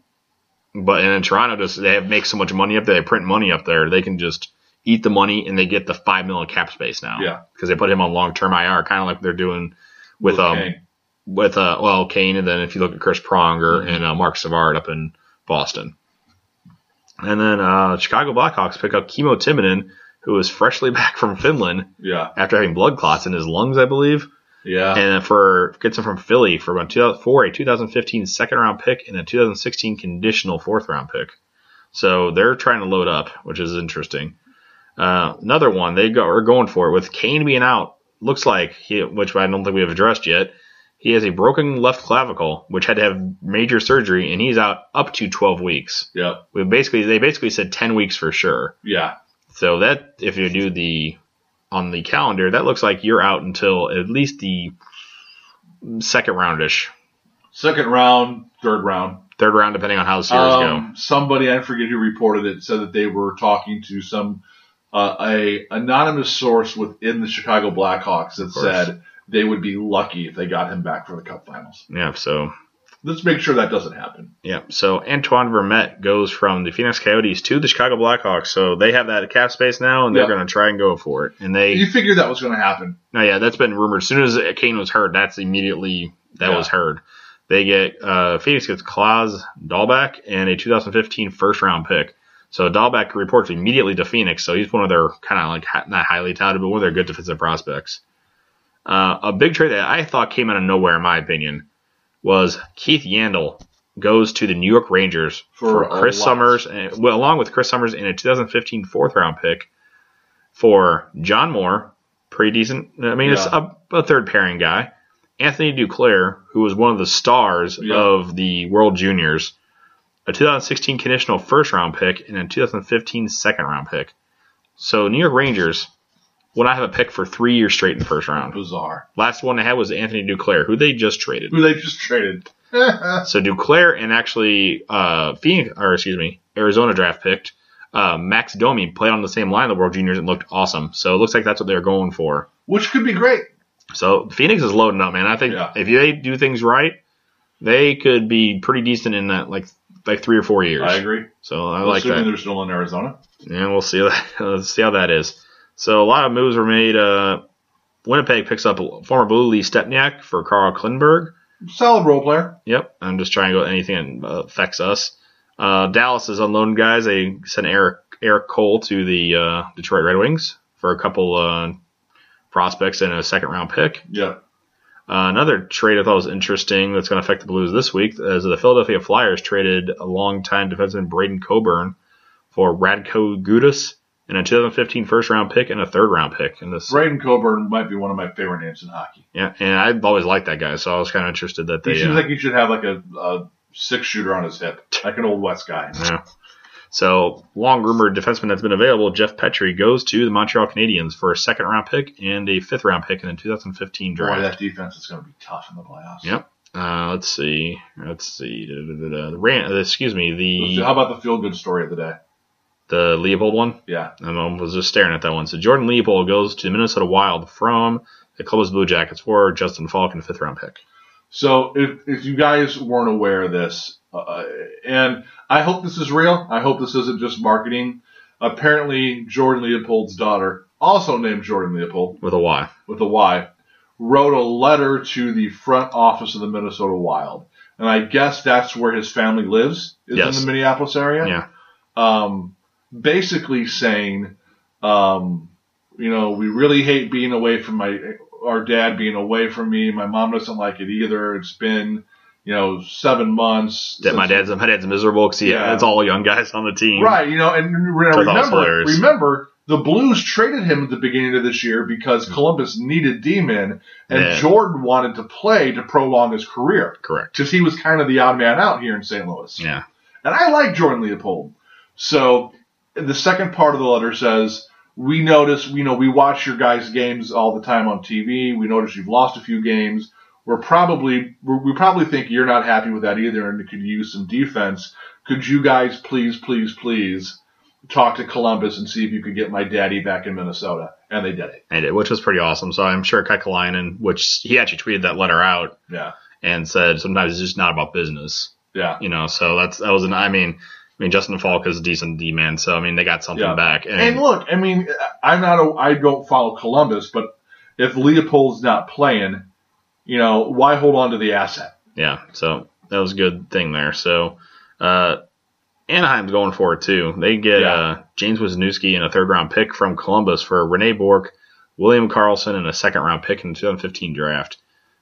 A: but and in Toronto, just they have, make so much money up there, they print money up there, they can just eat the money and they get the five million cap space now.
B: Yeah.
A: because they put him on long term IR, kind of like they're doing with um
B: Okay.
A: with uh, well Kane, and then if you look at Chris Pronger and uh, Mark Savard up in Boston, and then uh, Chicago Blackhawks pick up Kimo Timonen, who is freshly back from Finland
B: yeah,
A: after having blood clots in his lungs, I believe,
B: yeah.
A: and for gets him from Philly for about 2000, for a 2015 second round pick and a 2016 conditional fourth round pick. So they're trying to load up, which is interesting. Uh, another one they go are going for it with Kane being out. Looks like he, which I don't think we have addressed yet. He has a broken left clavicle, which had to have major surgery, and he's out up to 12 weeks.
B: yeah,
A: We basically they basically said 10 weeks for sure.
B: yeah.
A: So that if you do the on the calendar, that looks like you're out until at least the second roundish,
B: Second round, third round.
A: third round, depending on how the series
B: Um, Somebody I forget who reported it said that they were talking to some uh, a anonymous source within the Chicago Blackhawks that
A: course.
B: said they would be lucky if they got him back for the Cup Finals.
A: go. Yeah. So
B: Let's make sure that doesn't happen.
A: yeah. So Antoine Vermette goes from the Phoenix Coyotes to the Chicago Blackhawks. So they have that cap space now, and they're
B: Yeah.
A: going to try and go for it. And they
B: You figured that was going to happen.
A: No, yeah, that's been rumored. As soon as Kane was heard, that's immediately that
B: Yeah.
A: was heard. They get uh, Phoenix gets Klaus Dahlback and a 2015 first round pick. So Dahlback reports immediately to Phoenix. So he's one of their kind of like hi- not highly touted, but one of their good defensive prospects. Uh, a big trade that I thought came out of nowhere, in my opinion, was Keith Yandel goes to the New York Rangers
B: For
A: for,
B: a
A: Chris
B: lot.
A: Summers, and, well, along with Chris Summers and a 2015 fourth round pick for John Moore, pretty decent. I mean, it's
B: Yeah.
A: a, a third pairing guy. Anthony Duclair, who was one of the stars
B: Yeah.
A: of the World Juniors, a 2016 conditional first round pick, and a 2015 second round pick. So New York Rangers will not have a pick for three years straight in the first round.
B: Bizarre.
A: Last one they had was Anthony Duclair, who they just traded.
B: Who they just traded.
A: So Duclair and actually uh, Phoenix, or excuse me, Arizona draft picked uh, Max Domi played on the same line in the World Juniors and looked awesome. So it looks like that's what they're going for.
B: Which could be great.
A: So Phoenix is loading up, man. I think
B: Yeah.
A: if they do things right, they could be pretty decent in that like like three or four years.
B: I agree.
A: So I like that.
B: Assuming they're still in Arizona.
A: And we'll see that let's see how that is. So a lot of moves were made. Uh, Winnipeg picks up former Blue Lee Stepniak for Carl Klinberg.
B: Solid role player.
A: Yep, I'm just trying to go with anything that affects us. Uh, Dallas is on loan, guys. They sent Eric Eric Cole to the uh, Detroit Red Wings for a couple uh, prospects and a second round pick.
B: Yeah.
A: Uh, another trade I thought was interesting that's going to affect the Blues this week is the Philadelphia Flyers traded a longtime defenseman Braden Coburn for Radko Gudas and a 2015 first round pick and a third round pick in this.
B: Braden Coburn might be one of my favorite names in hockey.
A: Yeah, and I've always liked that guy, so I was kind of interested that
B: He
A: they. uh,
B: seems like he should have like a, a six shooter on his hip, like an old West guy.
A: Yeah. So, long rumored defenseman that's been available, Jeff Petrie, goes to the Montreal Canadiens for a second round pick and a fifth round pick in the 2015
B: Boy,
A: draft.
B: that defense is going to be tough in the playoffs.
A: Yep. Uh, let's see. Let's see. Da, da, da, da. The Ran- uh, excuse me.
B: How
A: The
B: about the feel good story of the day?
A: the Leopold one.
B: Yeah.
A: I don't know, I was just staring at that one. So Jordan Leopold goes to the Minnesota Wild from the Columbus Blue Jackets for Justin Falk and a fifth round pick.
B: So if, if you guys weren't aware of this, uh, and I hope this is real, I hope this isn't just marketing. Apparently, Jordan Leopold's daughter, also named Jordan Leopold
A: With a Y.
B: with a Y, wrote a letter to the front office of the Minnesota Wild, and I guess that's where his family lives, is
A: Yes.
B: in the Minneapolis area.
A: Yeah.
B: Um, basically saying, um, you know, we really hate being away from my our dad being away from me. My mom doesn't like it either. It's been, you know, seven months.
A: That my
B: since-
A: dad's my dad's miserable because
B: Yeah.
A: it's all young guys on the team.
B: Right, you know, and re-
A: Which I thought was
B: remember,
A: hilarious.
B: remember, the Blues traded him at the beginning of this year because Columbus needed D-men, and
A: Yeah.
B: Jordan wanted to play to prolong his career
A: Correct.
B: because he was kind of the odd man out here in St. Louis.
A: Yeah.
B: And I like Jordan Leopold. So the second part of the letter says, "We notice, you know, we watch your guys' games all the time on TV. We notice you've lost a few games. We're probably we're, we probably think you're not happy with that either, and could use some defense. Could you guys please, please, please talk to Columbus and see if you could get my daddy back in Minnesota?" And they did it.
A: and it, which was pretty awesome. So I'm sure Kekalainen, which he actually tweeted that letter out
B: Yeah,
A: and said sometimes it's just not about business,
B: yeah.
A: you know. So that's that was an I mean, I mean Justin Falk is a decent D man, so I mean they got something
B: Yeah.
A: back. And,
B: And look, I mean, I'm not a, I don't follow Columbus, but if Leopold's not playing, you know, why hold on to the asset?
A: yeah, so that was a good thing there. So uh, Anaheim's going for it too. They get
B: Yeah.
A: uh, James Wisniewski and a third round pick from Columbus for Renee Bork, William Carlson, and a second round pick in the 2015 draft.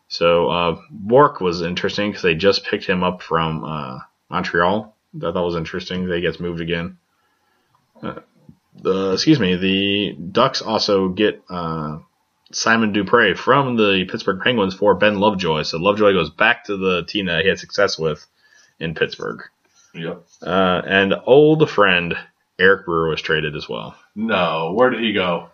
A: So uh, Bork was interesting because they just picked him up from uh, Montreal. I thought was interesting. They gets moved again. Uh, the excuse me. The Ducks also get uh, Simon Dupre from the Pittsburgh Penguins for Ben Lovejoy. So Lovejoy goes back to the team that he had success with in Pittsburgh.
B: Yep.
A: Uh, and old friend Eric Brewer was traded as well.
B: No, where did he go?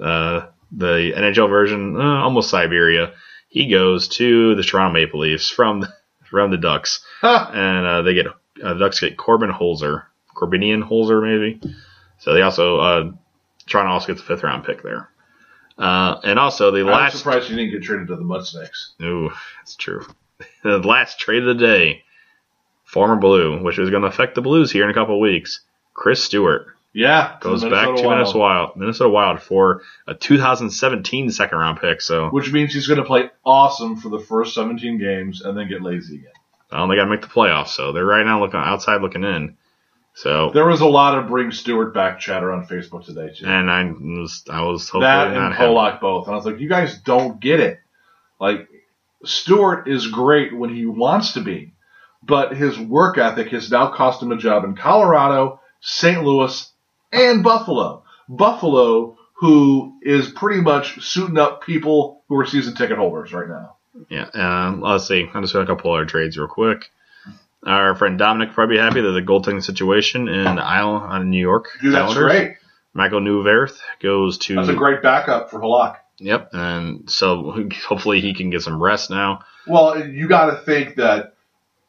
A: Uh, the NHL version, uh, almost Siberia. He goes to the Toronto Maple Leafs from from the Ducks,
B: Ha!
A: and uh, they get uh, the Ducks get Corbin Holzer, Corbinian Holzer maybe. So they also uh, Toronto also gets a fifth round pick there. Uh, and also the
B: I'm
A: last
B: surprised you didn't get traded to the Mud Snakes.
A: Ooh, that's true. the last trade of the day, former Blue, which is going to affect the Blues here in a couple of weeks. Chris Stewart
B: Yeah,
A: goes
B: the
A: back to
B: Wild,
A: Minnesota Wild, Minnesota Wild for a 2017 second round pick. So
B: which means he's going to play awesome for the first 17 games and then get lazy again.
A: um, they got to make the playoffs. So they're right now looking outside looking in. So
B: There was a lot of bring Stewart back chatter on Facebook today too.
A: and I was I was hopefully
B: that
A: not
B: and
A: having-
B: Pollock both, and I was like, you guys don't get it. Like Stewart is great when he wants to be, but his work ethic has now cost him a job in Colorado, St. Louis, and Buffalo. Buffalo, who is pretty much suiting up people who are season ticket holders right now.
A: Yeah, um, let's see. I'm just got a couple other trades real quick. Our friend Dominic probably happy that the goaltending situation in the Isle on New York.
B: Dude, that's
A: Islanders.
B: great.
A: Michael Newverth goes to
B: That's a great backup for Halak.
A: Yep, and so hopefully he can get some rest now.
B: Well, and you got to think that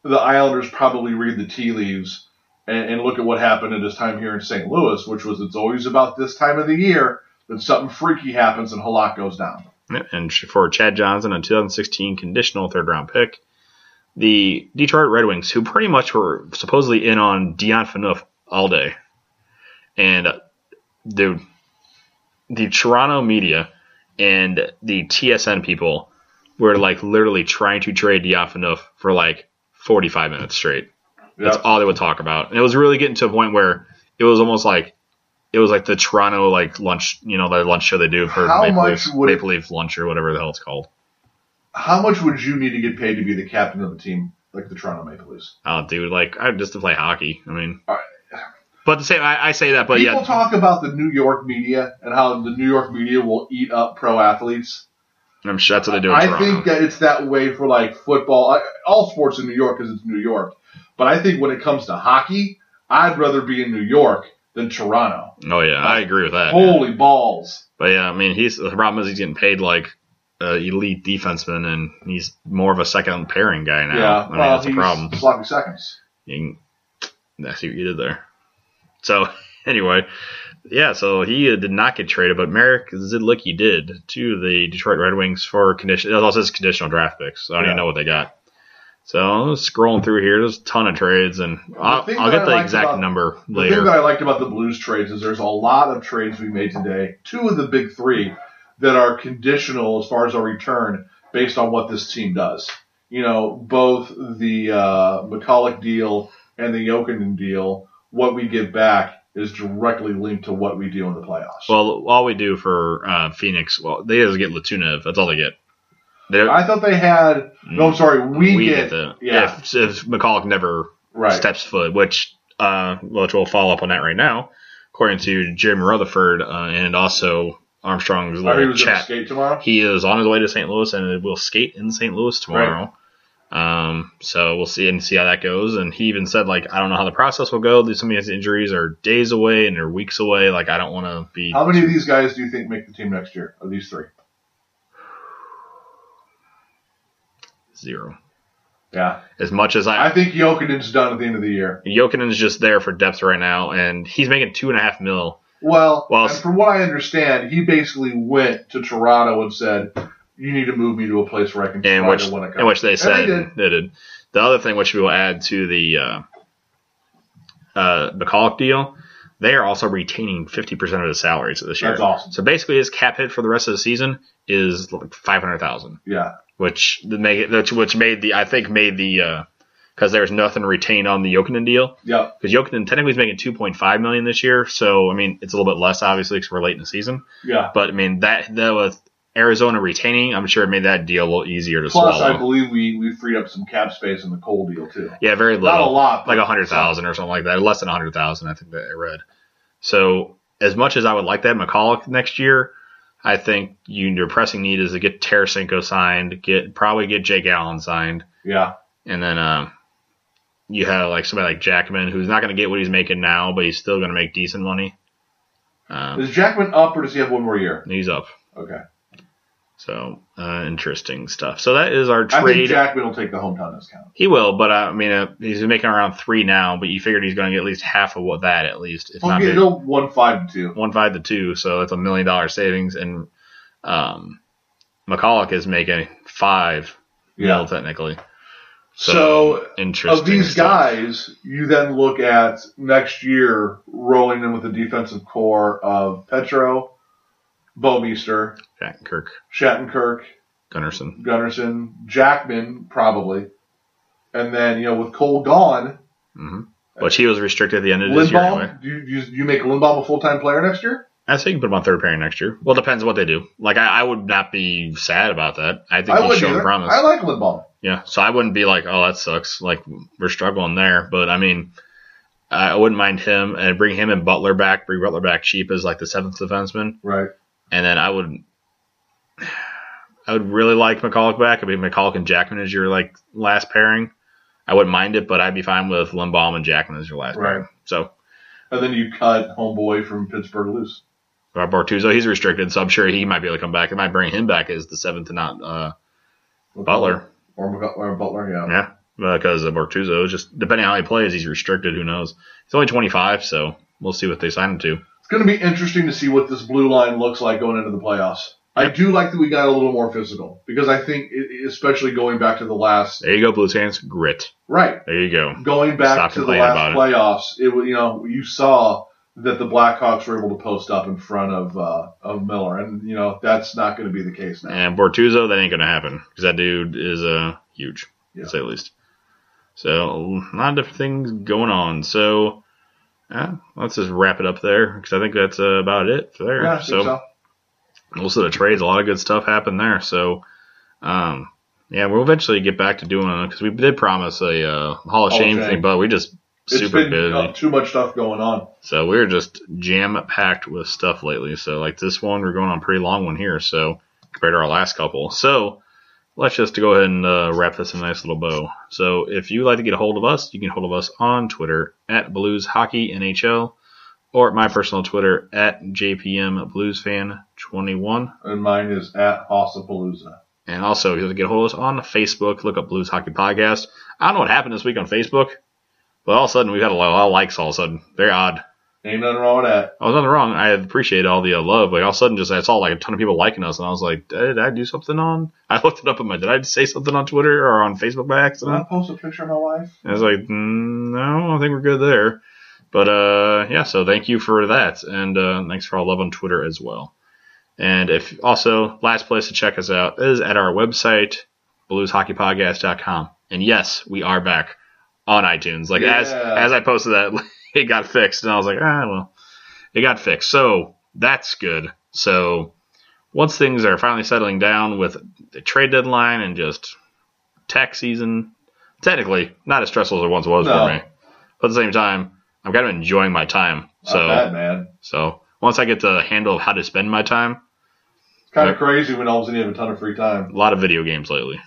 B: the Islanders probably read the tea leaves and, and look at what happened at this time here in St. Louis, which was it's always about this time of the year that something freaky happens and Halak goes down.
A: Yep, And for Chad Johnson, a 2016 conditional third round pick, the Detroit Red Wings, who pretty much were supposedly in on Dion Phaneuf all day, and uh, dude, the Toronto media and the TSN people were like literally trying to trade Dion Phaneuf for like 45 minutes straight. That's
B: Yep.
A: all they would talk about. And it was really getting to a point where it was almost like it was like the Toronto like lunch, you know, the lunch show they do for
B: How
A: Maple,
B: much
A: Leafs,
B: would it-
A: Maple Leaf lunch or whatever the hell it's called.
B: How much would you need to get paid to be the captain of a team like the Toronto Maple Leafs?
A: Oh, dude, like I just to play hockey. I mean,
B: Alright.
A: but the same, I, I say that, but
B: People
A: yeah,
B: talk about the New York media and how the New York media will eat up pro athletes.
A: I'm sure that's what they do in
B: I
A: Toronto.
B: think that it's that way for like football, I- all sports in New York because it's New York. But I think when it comes to hockey, I'd rather be in New York than Toronto.
A: oh yeah, I agree with that. man.
B: Holy balls!
A: But yeah, I mean, he's the problem is he's getting paid like an elite defenseman, and he's more of a second pairing guy now.
B: yeah,
A: I mean,
B: well,
A: that's a
B: he's
A: problem.
B: sloppy seconds.
A: You can- I see what you did there. So anyway, yeah, so he uh, did not get traded, but Merrick Zidlicky did to the Detroit Red Wings for condition. It also says conditional draft picks. So I don't even
B: Yeah.
A: know what they got. So I'm scrolling through here, there's a ton of trades, and I'll,
B: thing
A: I'll
B: that
A: get
B: I
A: the
B: liked
A: exact
B: about-
A: number
B: The
A: later.
B: thing that I liked about the Blues trades is there's a lot of trades we made today. Two of the big three that are conditional as far as our return based on what this team does. You know, both the uh, McCulloch deal and the Jokinen deal. What we give back is directly linked to what we do in the playoffs.
A: well, all we do for uh, Phoenix, well, they just get Latunev. That's all they get. They,
B: I thought they had. No, I'm sorry. We, get,
A: Mm, the
B: yeah.
A: if, if McCulloch never
B: right.
A: steps foot, which uh, which we'll follow up on that right now, according to Jim Rutherford uh, and also Armstrong's
B: I heard he
A: little
B: was going to
A: chat.
B: skate tomorrow.
A: He is on his way to St. Louis and will skate in St. Louis tomorrow. Um, so we'll see and see how that goes. And he even said like, I don't know how the process will go. Some of these injuries are days away and they're weeks away. Like I don't want to be.
B: How many of these guys do you think make the team next year? Of these three?
A: Zero.
B: Yeah,
A: As much as I,
B: I think Jokinen's done at the end of the year.
A: Jokinen is just there for depth right now, and he's making two and a half mil.
B: Well,
A: Well,
B: and from what I understand, he basically went to Toronto and said, "You need to move me to a place where I can
A: in
B: try
A: which
B: to win a cup."
A: in which they said they
B: did.
A: did. The other thing which we will add to the uh, uh, McCulloch deal, they are also retaining fifty percent of his salaries this year.
B: That's awesome.
A: So basically, his cap hit for the rest of the season is like five hundred thousand,
B: Yeah,
A: which the make it, which- which made the I think made the because there's nothing retained on the Jokinen deal
B: yep,
A: because Jokinen technically is making two point five million this year. So I mean, it's a little bit less obviously because we're late in the season.
B: yeah.
A: But I mean that that with Arizona retaining, I'm sure it made that deal a little easier to
B: Plus,
A: swallow.
B: I believe we we freed up some cap space in the coal deal too.
A: Yeah, very little.
B: Not a lot, but
A: Like a hundred thousand or something like that. Less than a hundred thousand, I think that I read. So as much as I would like that McCulloch next year, I think you, your pressing need is to get Tarasenko signed, get probably get Jake Allen signed,
B: yeah,
A: and then um, you have like somebody like Jackman who's not going to get what he's making now, but he's still going to make decent money. Um,
B: is Jackman up or does he have one more year?
A: he's up,
B: Okay,
A: so uh, interesting stuff. So that is our
B: I think
A: trade
B: Jackman will take the hometown discount.
A: He will, but uh, I mean, uh, he's making around three now, but you figured he's going to get at least half of what that at least, if
B: We'll
A: not
B: get
A: big,
B: he'll one five to two.
A: one five to two. So that's a million dollar savings, and um, McCulloch is making five
B: Yeah.
A: mil technically.
B: So
A: interesting
B: of these
A: stuff.
B: guys, you then look at next year rolling in with a defensive core of Petro, Bomeister,
A: Jack Kirk
B: Shattenkirk,
A: Gunnarsson.
B: Gunnarsson, Jackman, probably. And then, you know, with Cole gone,
A: hmm Which he was restricted at the end of this year anyway.
B: Lindbaum, do you, you, you make Lindbaum a full time player next year?
A: I think you can put him on third pairing next year. Well, it depends what they do. Like, I, I would not be sad about that. I think
B: I
A: he's
B: would
A: showing
B: either.
A: promise.
B: I like Lindbaum.
A: Yeah, so I wouldn't be like, oh, that sucks. Like we're struggling there, but I mean, I wouldn't mind him and bring him and Butler back. Bring Butler back cheap as like the seventh defenseman,
B: Right.
A: and then I would, I would really like McCulloch back. I mean, McCulloch and Jackman is your like last pairing. I wouldn't mind it, but I'd be fine with Limbaum and Jackman as your last
B: Right.
A: pair. So
B: And then you cut homeboy from Pittsburgh loose.
A: Rob Bartuzzo, he's restricted, so I'm sure he might be able to come back. They might bring him back as the seventh and not uh, Butler.
B: Or, Mc- or Butler, yeah.
A: Yeah, because of Bartuzzo. It's Just depending on how he plays, he's restricted. Who knows? He's only 25, so we'll see what they sign him to.
B: It's going to be interesting to see what this blue line looks like going into the playoffs. I do like that we got a little more physical because I think, i- especially going back to the last,
A: There you go, Blue Sands. Grit.
B: right,
A: There you go.
B: going back
A: Stop
B: to the
A: complaining
B: last
A: about
B: playoffs, it wa- you know you saw that the Blackhawks were able to post up in front of uh, of Miller, and you know that's not going to be the case now.
A: And Bortuzzo, that ain't gonna happen because that dude is uh, huge,
B: Yeah.
A: to say the least. So a lot of different things going on. So uh, let's just wrap it up there because I think that's uh, about it for there.
B: Yeah, I think
A: so,
B: so.
A: most of the trades, a lot of good stuff happened there. So um, yeah, we'll eventually get back to doing it because we did promise a uh, Hall of
B: Hall of
A: Shame
B: Fame.
A: thing, but we just
B: It's
A: super
B: been
A: busy.
B: uh, too much stuff going on.
A: So we're just jam packed with stuff lately. So like this one, we're going on a pretty long one here. So compared to our last couple, so let's just go ahead and uh, wrap this in a nice little bow. So if you would like to get a hold of us, you can get hold of us on Twitter at Blues Hockey NHL or at my personal Twitter at JPM Blues Fan 21.
B: And mine is at Hossapalooza.
A: And also, if you want to get a hold of us on Facebook, look up Blues Hockey Podcast. I don't know what happened this week on Facebook, but all of a sudden we've had a lot of likes all of a sudden. Very odd.
B: Ain't nothing wrong with that.
A: I was nothing wrong. I appreciate all the uh, love. Like all of a sudden, just I saw like a ton of people liking us, and I was like, did I do something on? I looked it up in my. Did I say something on Twitter or on Facebook by
B: Did I
A: accident?
B: post a picture of my wife?
A: And I was like, mm, no, I think we're good there. But uh, yeah, so thank you for that, and uh, thanks for all love on Twitter as well. And if also last place to check us out is at our website blueshockeypodcast.com. And yes, we are back on iTunes. Like as
B: Yeah.
A: as I posted that, it got fixed, and I was like, ah, well, it got fixed. So that's good. So once things are finally settling down with the trade deadline and just tax season, technically not as stressful as it once was
B: No.
A: for me. But at the same time, I'm kind of enjoying my time.
B: Not
A: so
B: bad, man.
A: so once I get the handle of how to spend my time,
B: It's kind of
A: Yep.
B: crazy when all of a sudden you have a ton of free time.
A: a lot of video games lately.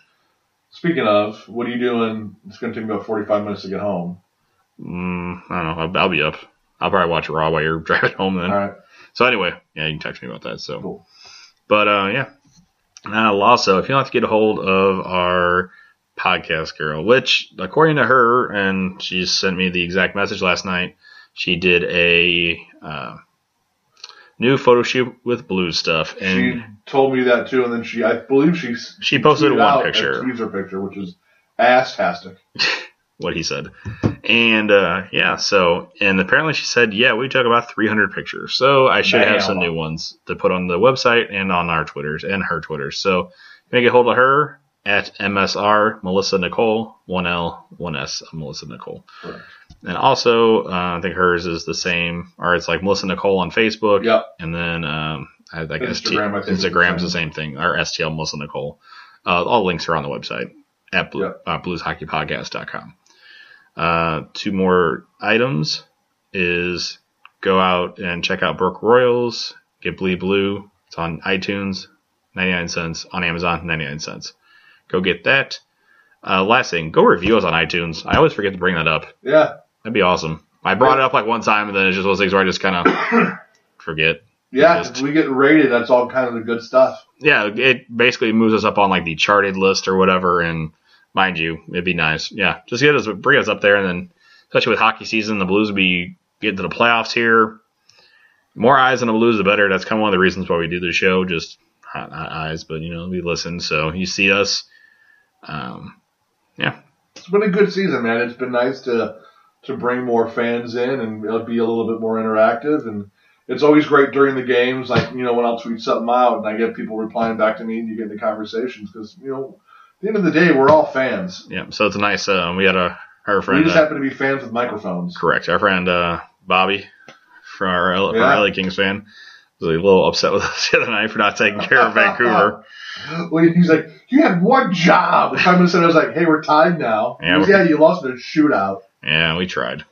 B: Speaking of, what are you doing? It's going to take me about 45 minutes to get home.
A: Mm, I don't know. I'll, I'll be up. I'll probably watch Raw while you're driving home then.
B: All right.
A: So anyway, yeah, you can text me about that. So,
B: Cool.
A: but uh, yeah. Now, also, if you want to get a hold of our podcast girl, which according to her, and she sent me the exact message last night, she did a uh, new photo shoot with blue stuff,
B: She
A: and
B: told me that too, and then she, I believe she s-
A: she, posted
B: tweeted
A: one
B: out
A: picture.
B: a teaser picture, which is ass-tastic.
A: what he said. And uh, yeah, so and apparently she said, yeah, we took about 300 pictures. So I should have
B: Damn.
A: some new ones to put on the website and on our Twitters and her Twitters. So you can get hold of her at MSR Melissa Nicole 1L 1S of Melissa Nicole.
B: Correct.
A: And also, uh, I think hers is the same, or it's like Melissa Nicole on Facebook.
B: Yep.
A: And then um, I, I guess T-
B: Instagram, I think, is the
A: Instagram's the same thing, or STL Melissa Nicole. Uh, all links are on the website at blue,
B: Yep.
A: uh, blueshockeypodcast.com. Uh, two more items is go out and check out Brook Royals, get Blee Blue. It's on iTunes, 99 cents, on Amazon, 99 cents. Go get that. Uh, last thing, go review us on iTunes. I always forget to bring that up.
B: Yeah.
A: That'd be awesome. I brought it up like one time, and then it's just one of those things where I just kind of forget.
B: Yeah,
A: Just-
B: if we get rated, that's all kind of the good stuff.
A: Yeah, it basically moves us up on like the charted list or whatever. And mind you, it'd be nice. Yeah, just get us, bring us up there, and then especially with hockey season, the Blues would be getting to the playoffs here. More eyes on the Blues, the better. That's kind of one of the reasons why we do the show. Just not, not eyes, but you know, we listen. So you see us. Um,
B: It's been a good season, man. It's been nice to to bring more fans in and it'll be a little bit more interactive. And it's always great during the games, like you know when I'll tweet something out and I get people replying back to me, and you get into conversations because you know at the end of the day, we're all fans.
A: yeah. So it's a nice. Um, we had a our friend.
B: We just
A: uh,
B: happen to be fans with microphones.
A: Correct. Our friend uh, Bobby from our, L- from
B: Yeah.
A: our LA Kings fan was a little upset with us the other night for not taking care of Vancouver.
B: Well, he's like, "You had one job." The five minutes in, I was like, "Hey, we're tied now."
A: Yeah,
B: Yeah,
A: we're-
B: yeah, you lost in a shootout.
A: Yeah, we tried.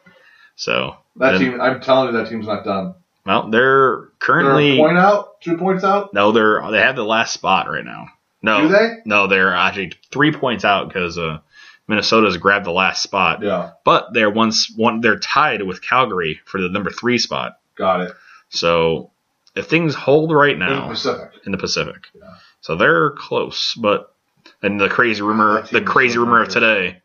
A: So,
B: That
A: And-
B: team, I'm telling you, that team's not done.
A: well, they're
B: They're a
A: currently
B: point out, two points out.
A: no, they're they have the last spot right now. No,
B: Do they?
A: no, they're actually three points out because uh, Minnesota's grabbed the last spot,
B: Yeah,
A: but they're once one they're tied with Calgary for the number three spot.
B: got it.
A: So if things hold right
B: In the
A: now
B: Pacific.
A: in the Pacific,
B: Yeah.
A: so they're close. But and the crazy rumor,
B: That team
A: the
B: is
A: crazy
B: so
A: rumor of
B: good.
A: today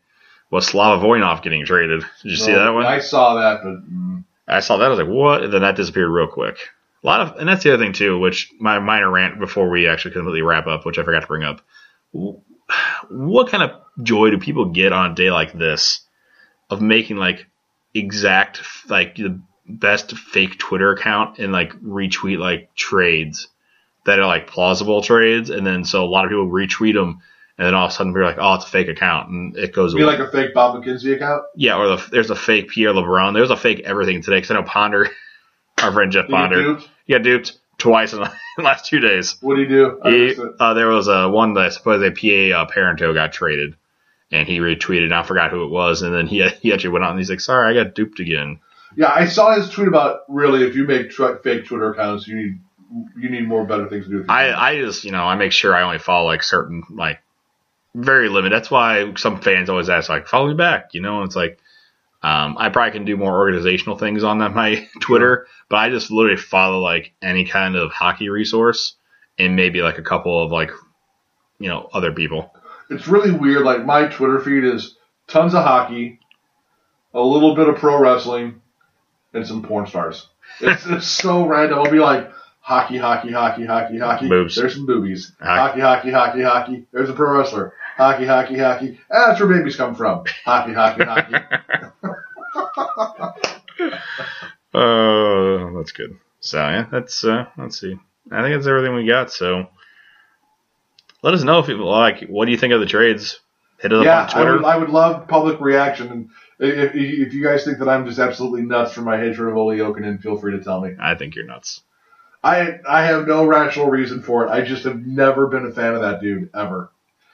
A: was Slava Voynov getting traded. Did you see
B: No,
A: that one?
B: I saw that, but mm,
A: I saw that. I was like, what? And then that disappeared real quick. A lot of, and that's the other thing too, which my minor rant before we actually completely wrap up, which I forgot to bring up. W- What kind of joy do people get on a day like this of making like exact, like the best fake Twitter account and like retweet like trades that are like plausible trades? And then so a lot of people retweet them and then all of a sudden we're like, oh, it's a fake account and it goes
B: be
A: away.
B: like a fake Bob McKenzie account.
A: Yeah, or the, there's a fake Pierre LeBron. There's a fake everything today because I know Ponder, our friend Jeff
B: Did he
A: Ponder,
B: do it?
A: he got duped twice in the last two days.
B: What do you do? I
A: He,
B: missed it.
A: uh, there was uh, one that I suppose a PA uh, Parento got traded, and he retweeted. And I forgot who it was, and then he he actually went out and he's like, "Sorry, I got duped again."
B: Yeah, I saw his tweet about really if you make tr- fake Twitter accounts, you need you need more better things to do. With your
A: I
B: time.
A: I just you know I make sure I only follow like certain like very limited. That's why some fans always ask like, "Follow me back," you know, and it's like. Um, I probably can do more organizational things on that, my Twitter, but I just literally follow like any kind of hockey resource and maybe like a couple of like, you know, other people.
B: it's really weird. Like my Twitter feed is tons of hockey, a little bit of pro wrestling, and some porn stars. It's, it's so random. I'll be like hockey, hockey, hockey, hockey, hockey.
A: Boobs.
B: There's some boobies.
A: Hockey.
B: Hockey, hockey, hockey, hockey. There's a pro wrestler. Hockey, hockey, hockey. Ah, That's where babies come from. Hockey, hockey, hockey.
A: Oh, that's good. So yeah, that's uh, let's see. I think that's everything we got. So let us know if you like. What do you think of the trades? Hit us
B: yeah,
A: up on
B: I
A: Twitter.
B: would, I would love public reaction. And if, if- if you guys think that I'm just absolutely nuts for my hatred of Ole Okunin, feel free to tell me.
A: I think you're nuts.
B: I I have no rational reason for it. I just have never been a fan of that dude ever.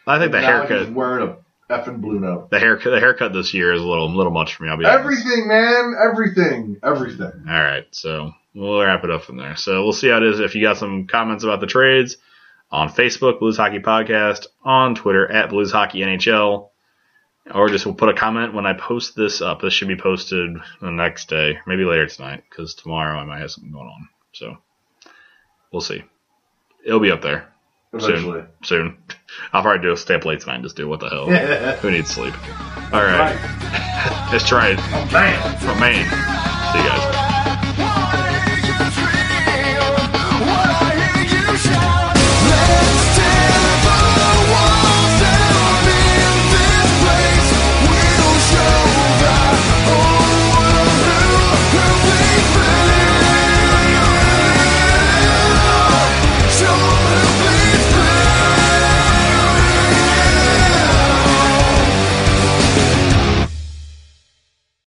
A: I think the
B: now
A: haircut,
B: He's wearing a effing blue note.
A: the haircut, the haircut this year is a little, little much for me. I'll be honest.
B: Everything, man. Everything. Everything.
A: All right, so we'll wrap it up from there. So we'll see how it is. If you got some comments about the trades on Facebook, Blues Hockey Podcast, on Twitter at Blues Hockey NHL, or just we'll put a comment when I post this up. This should be posted the next day, maybe later tonight, because tomorrow I might have something going on. So we'll see. It'll be up there
B: Eventually.
A: soon. I'll probably do a stay up late tonight and just do what the hell.
B: All
A: Who needs sleep? All right,
B: right.
A: let's try it
B: Oh, man.
A: from Maine. See you guys.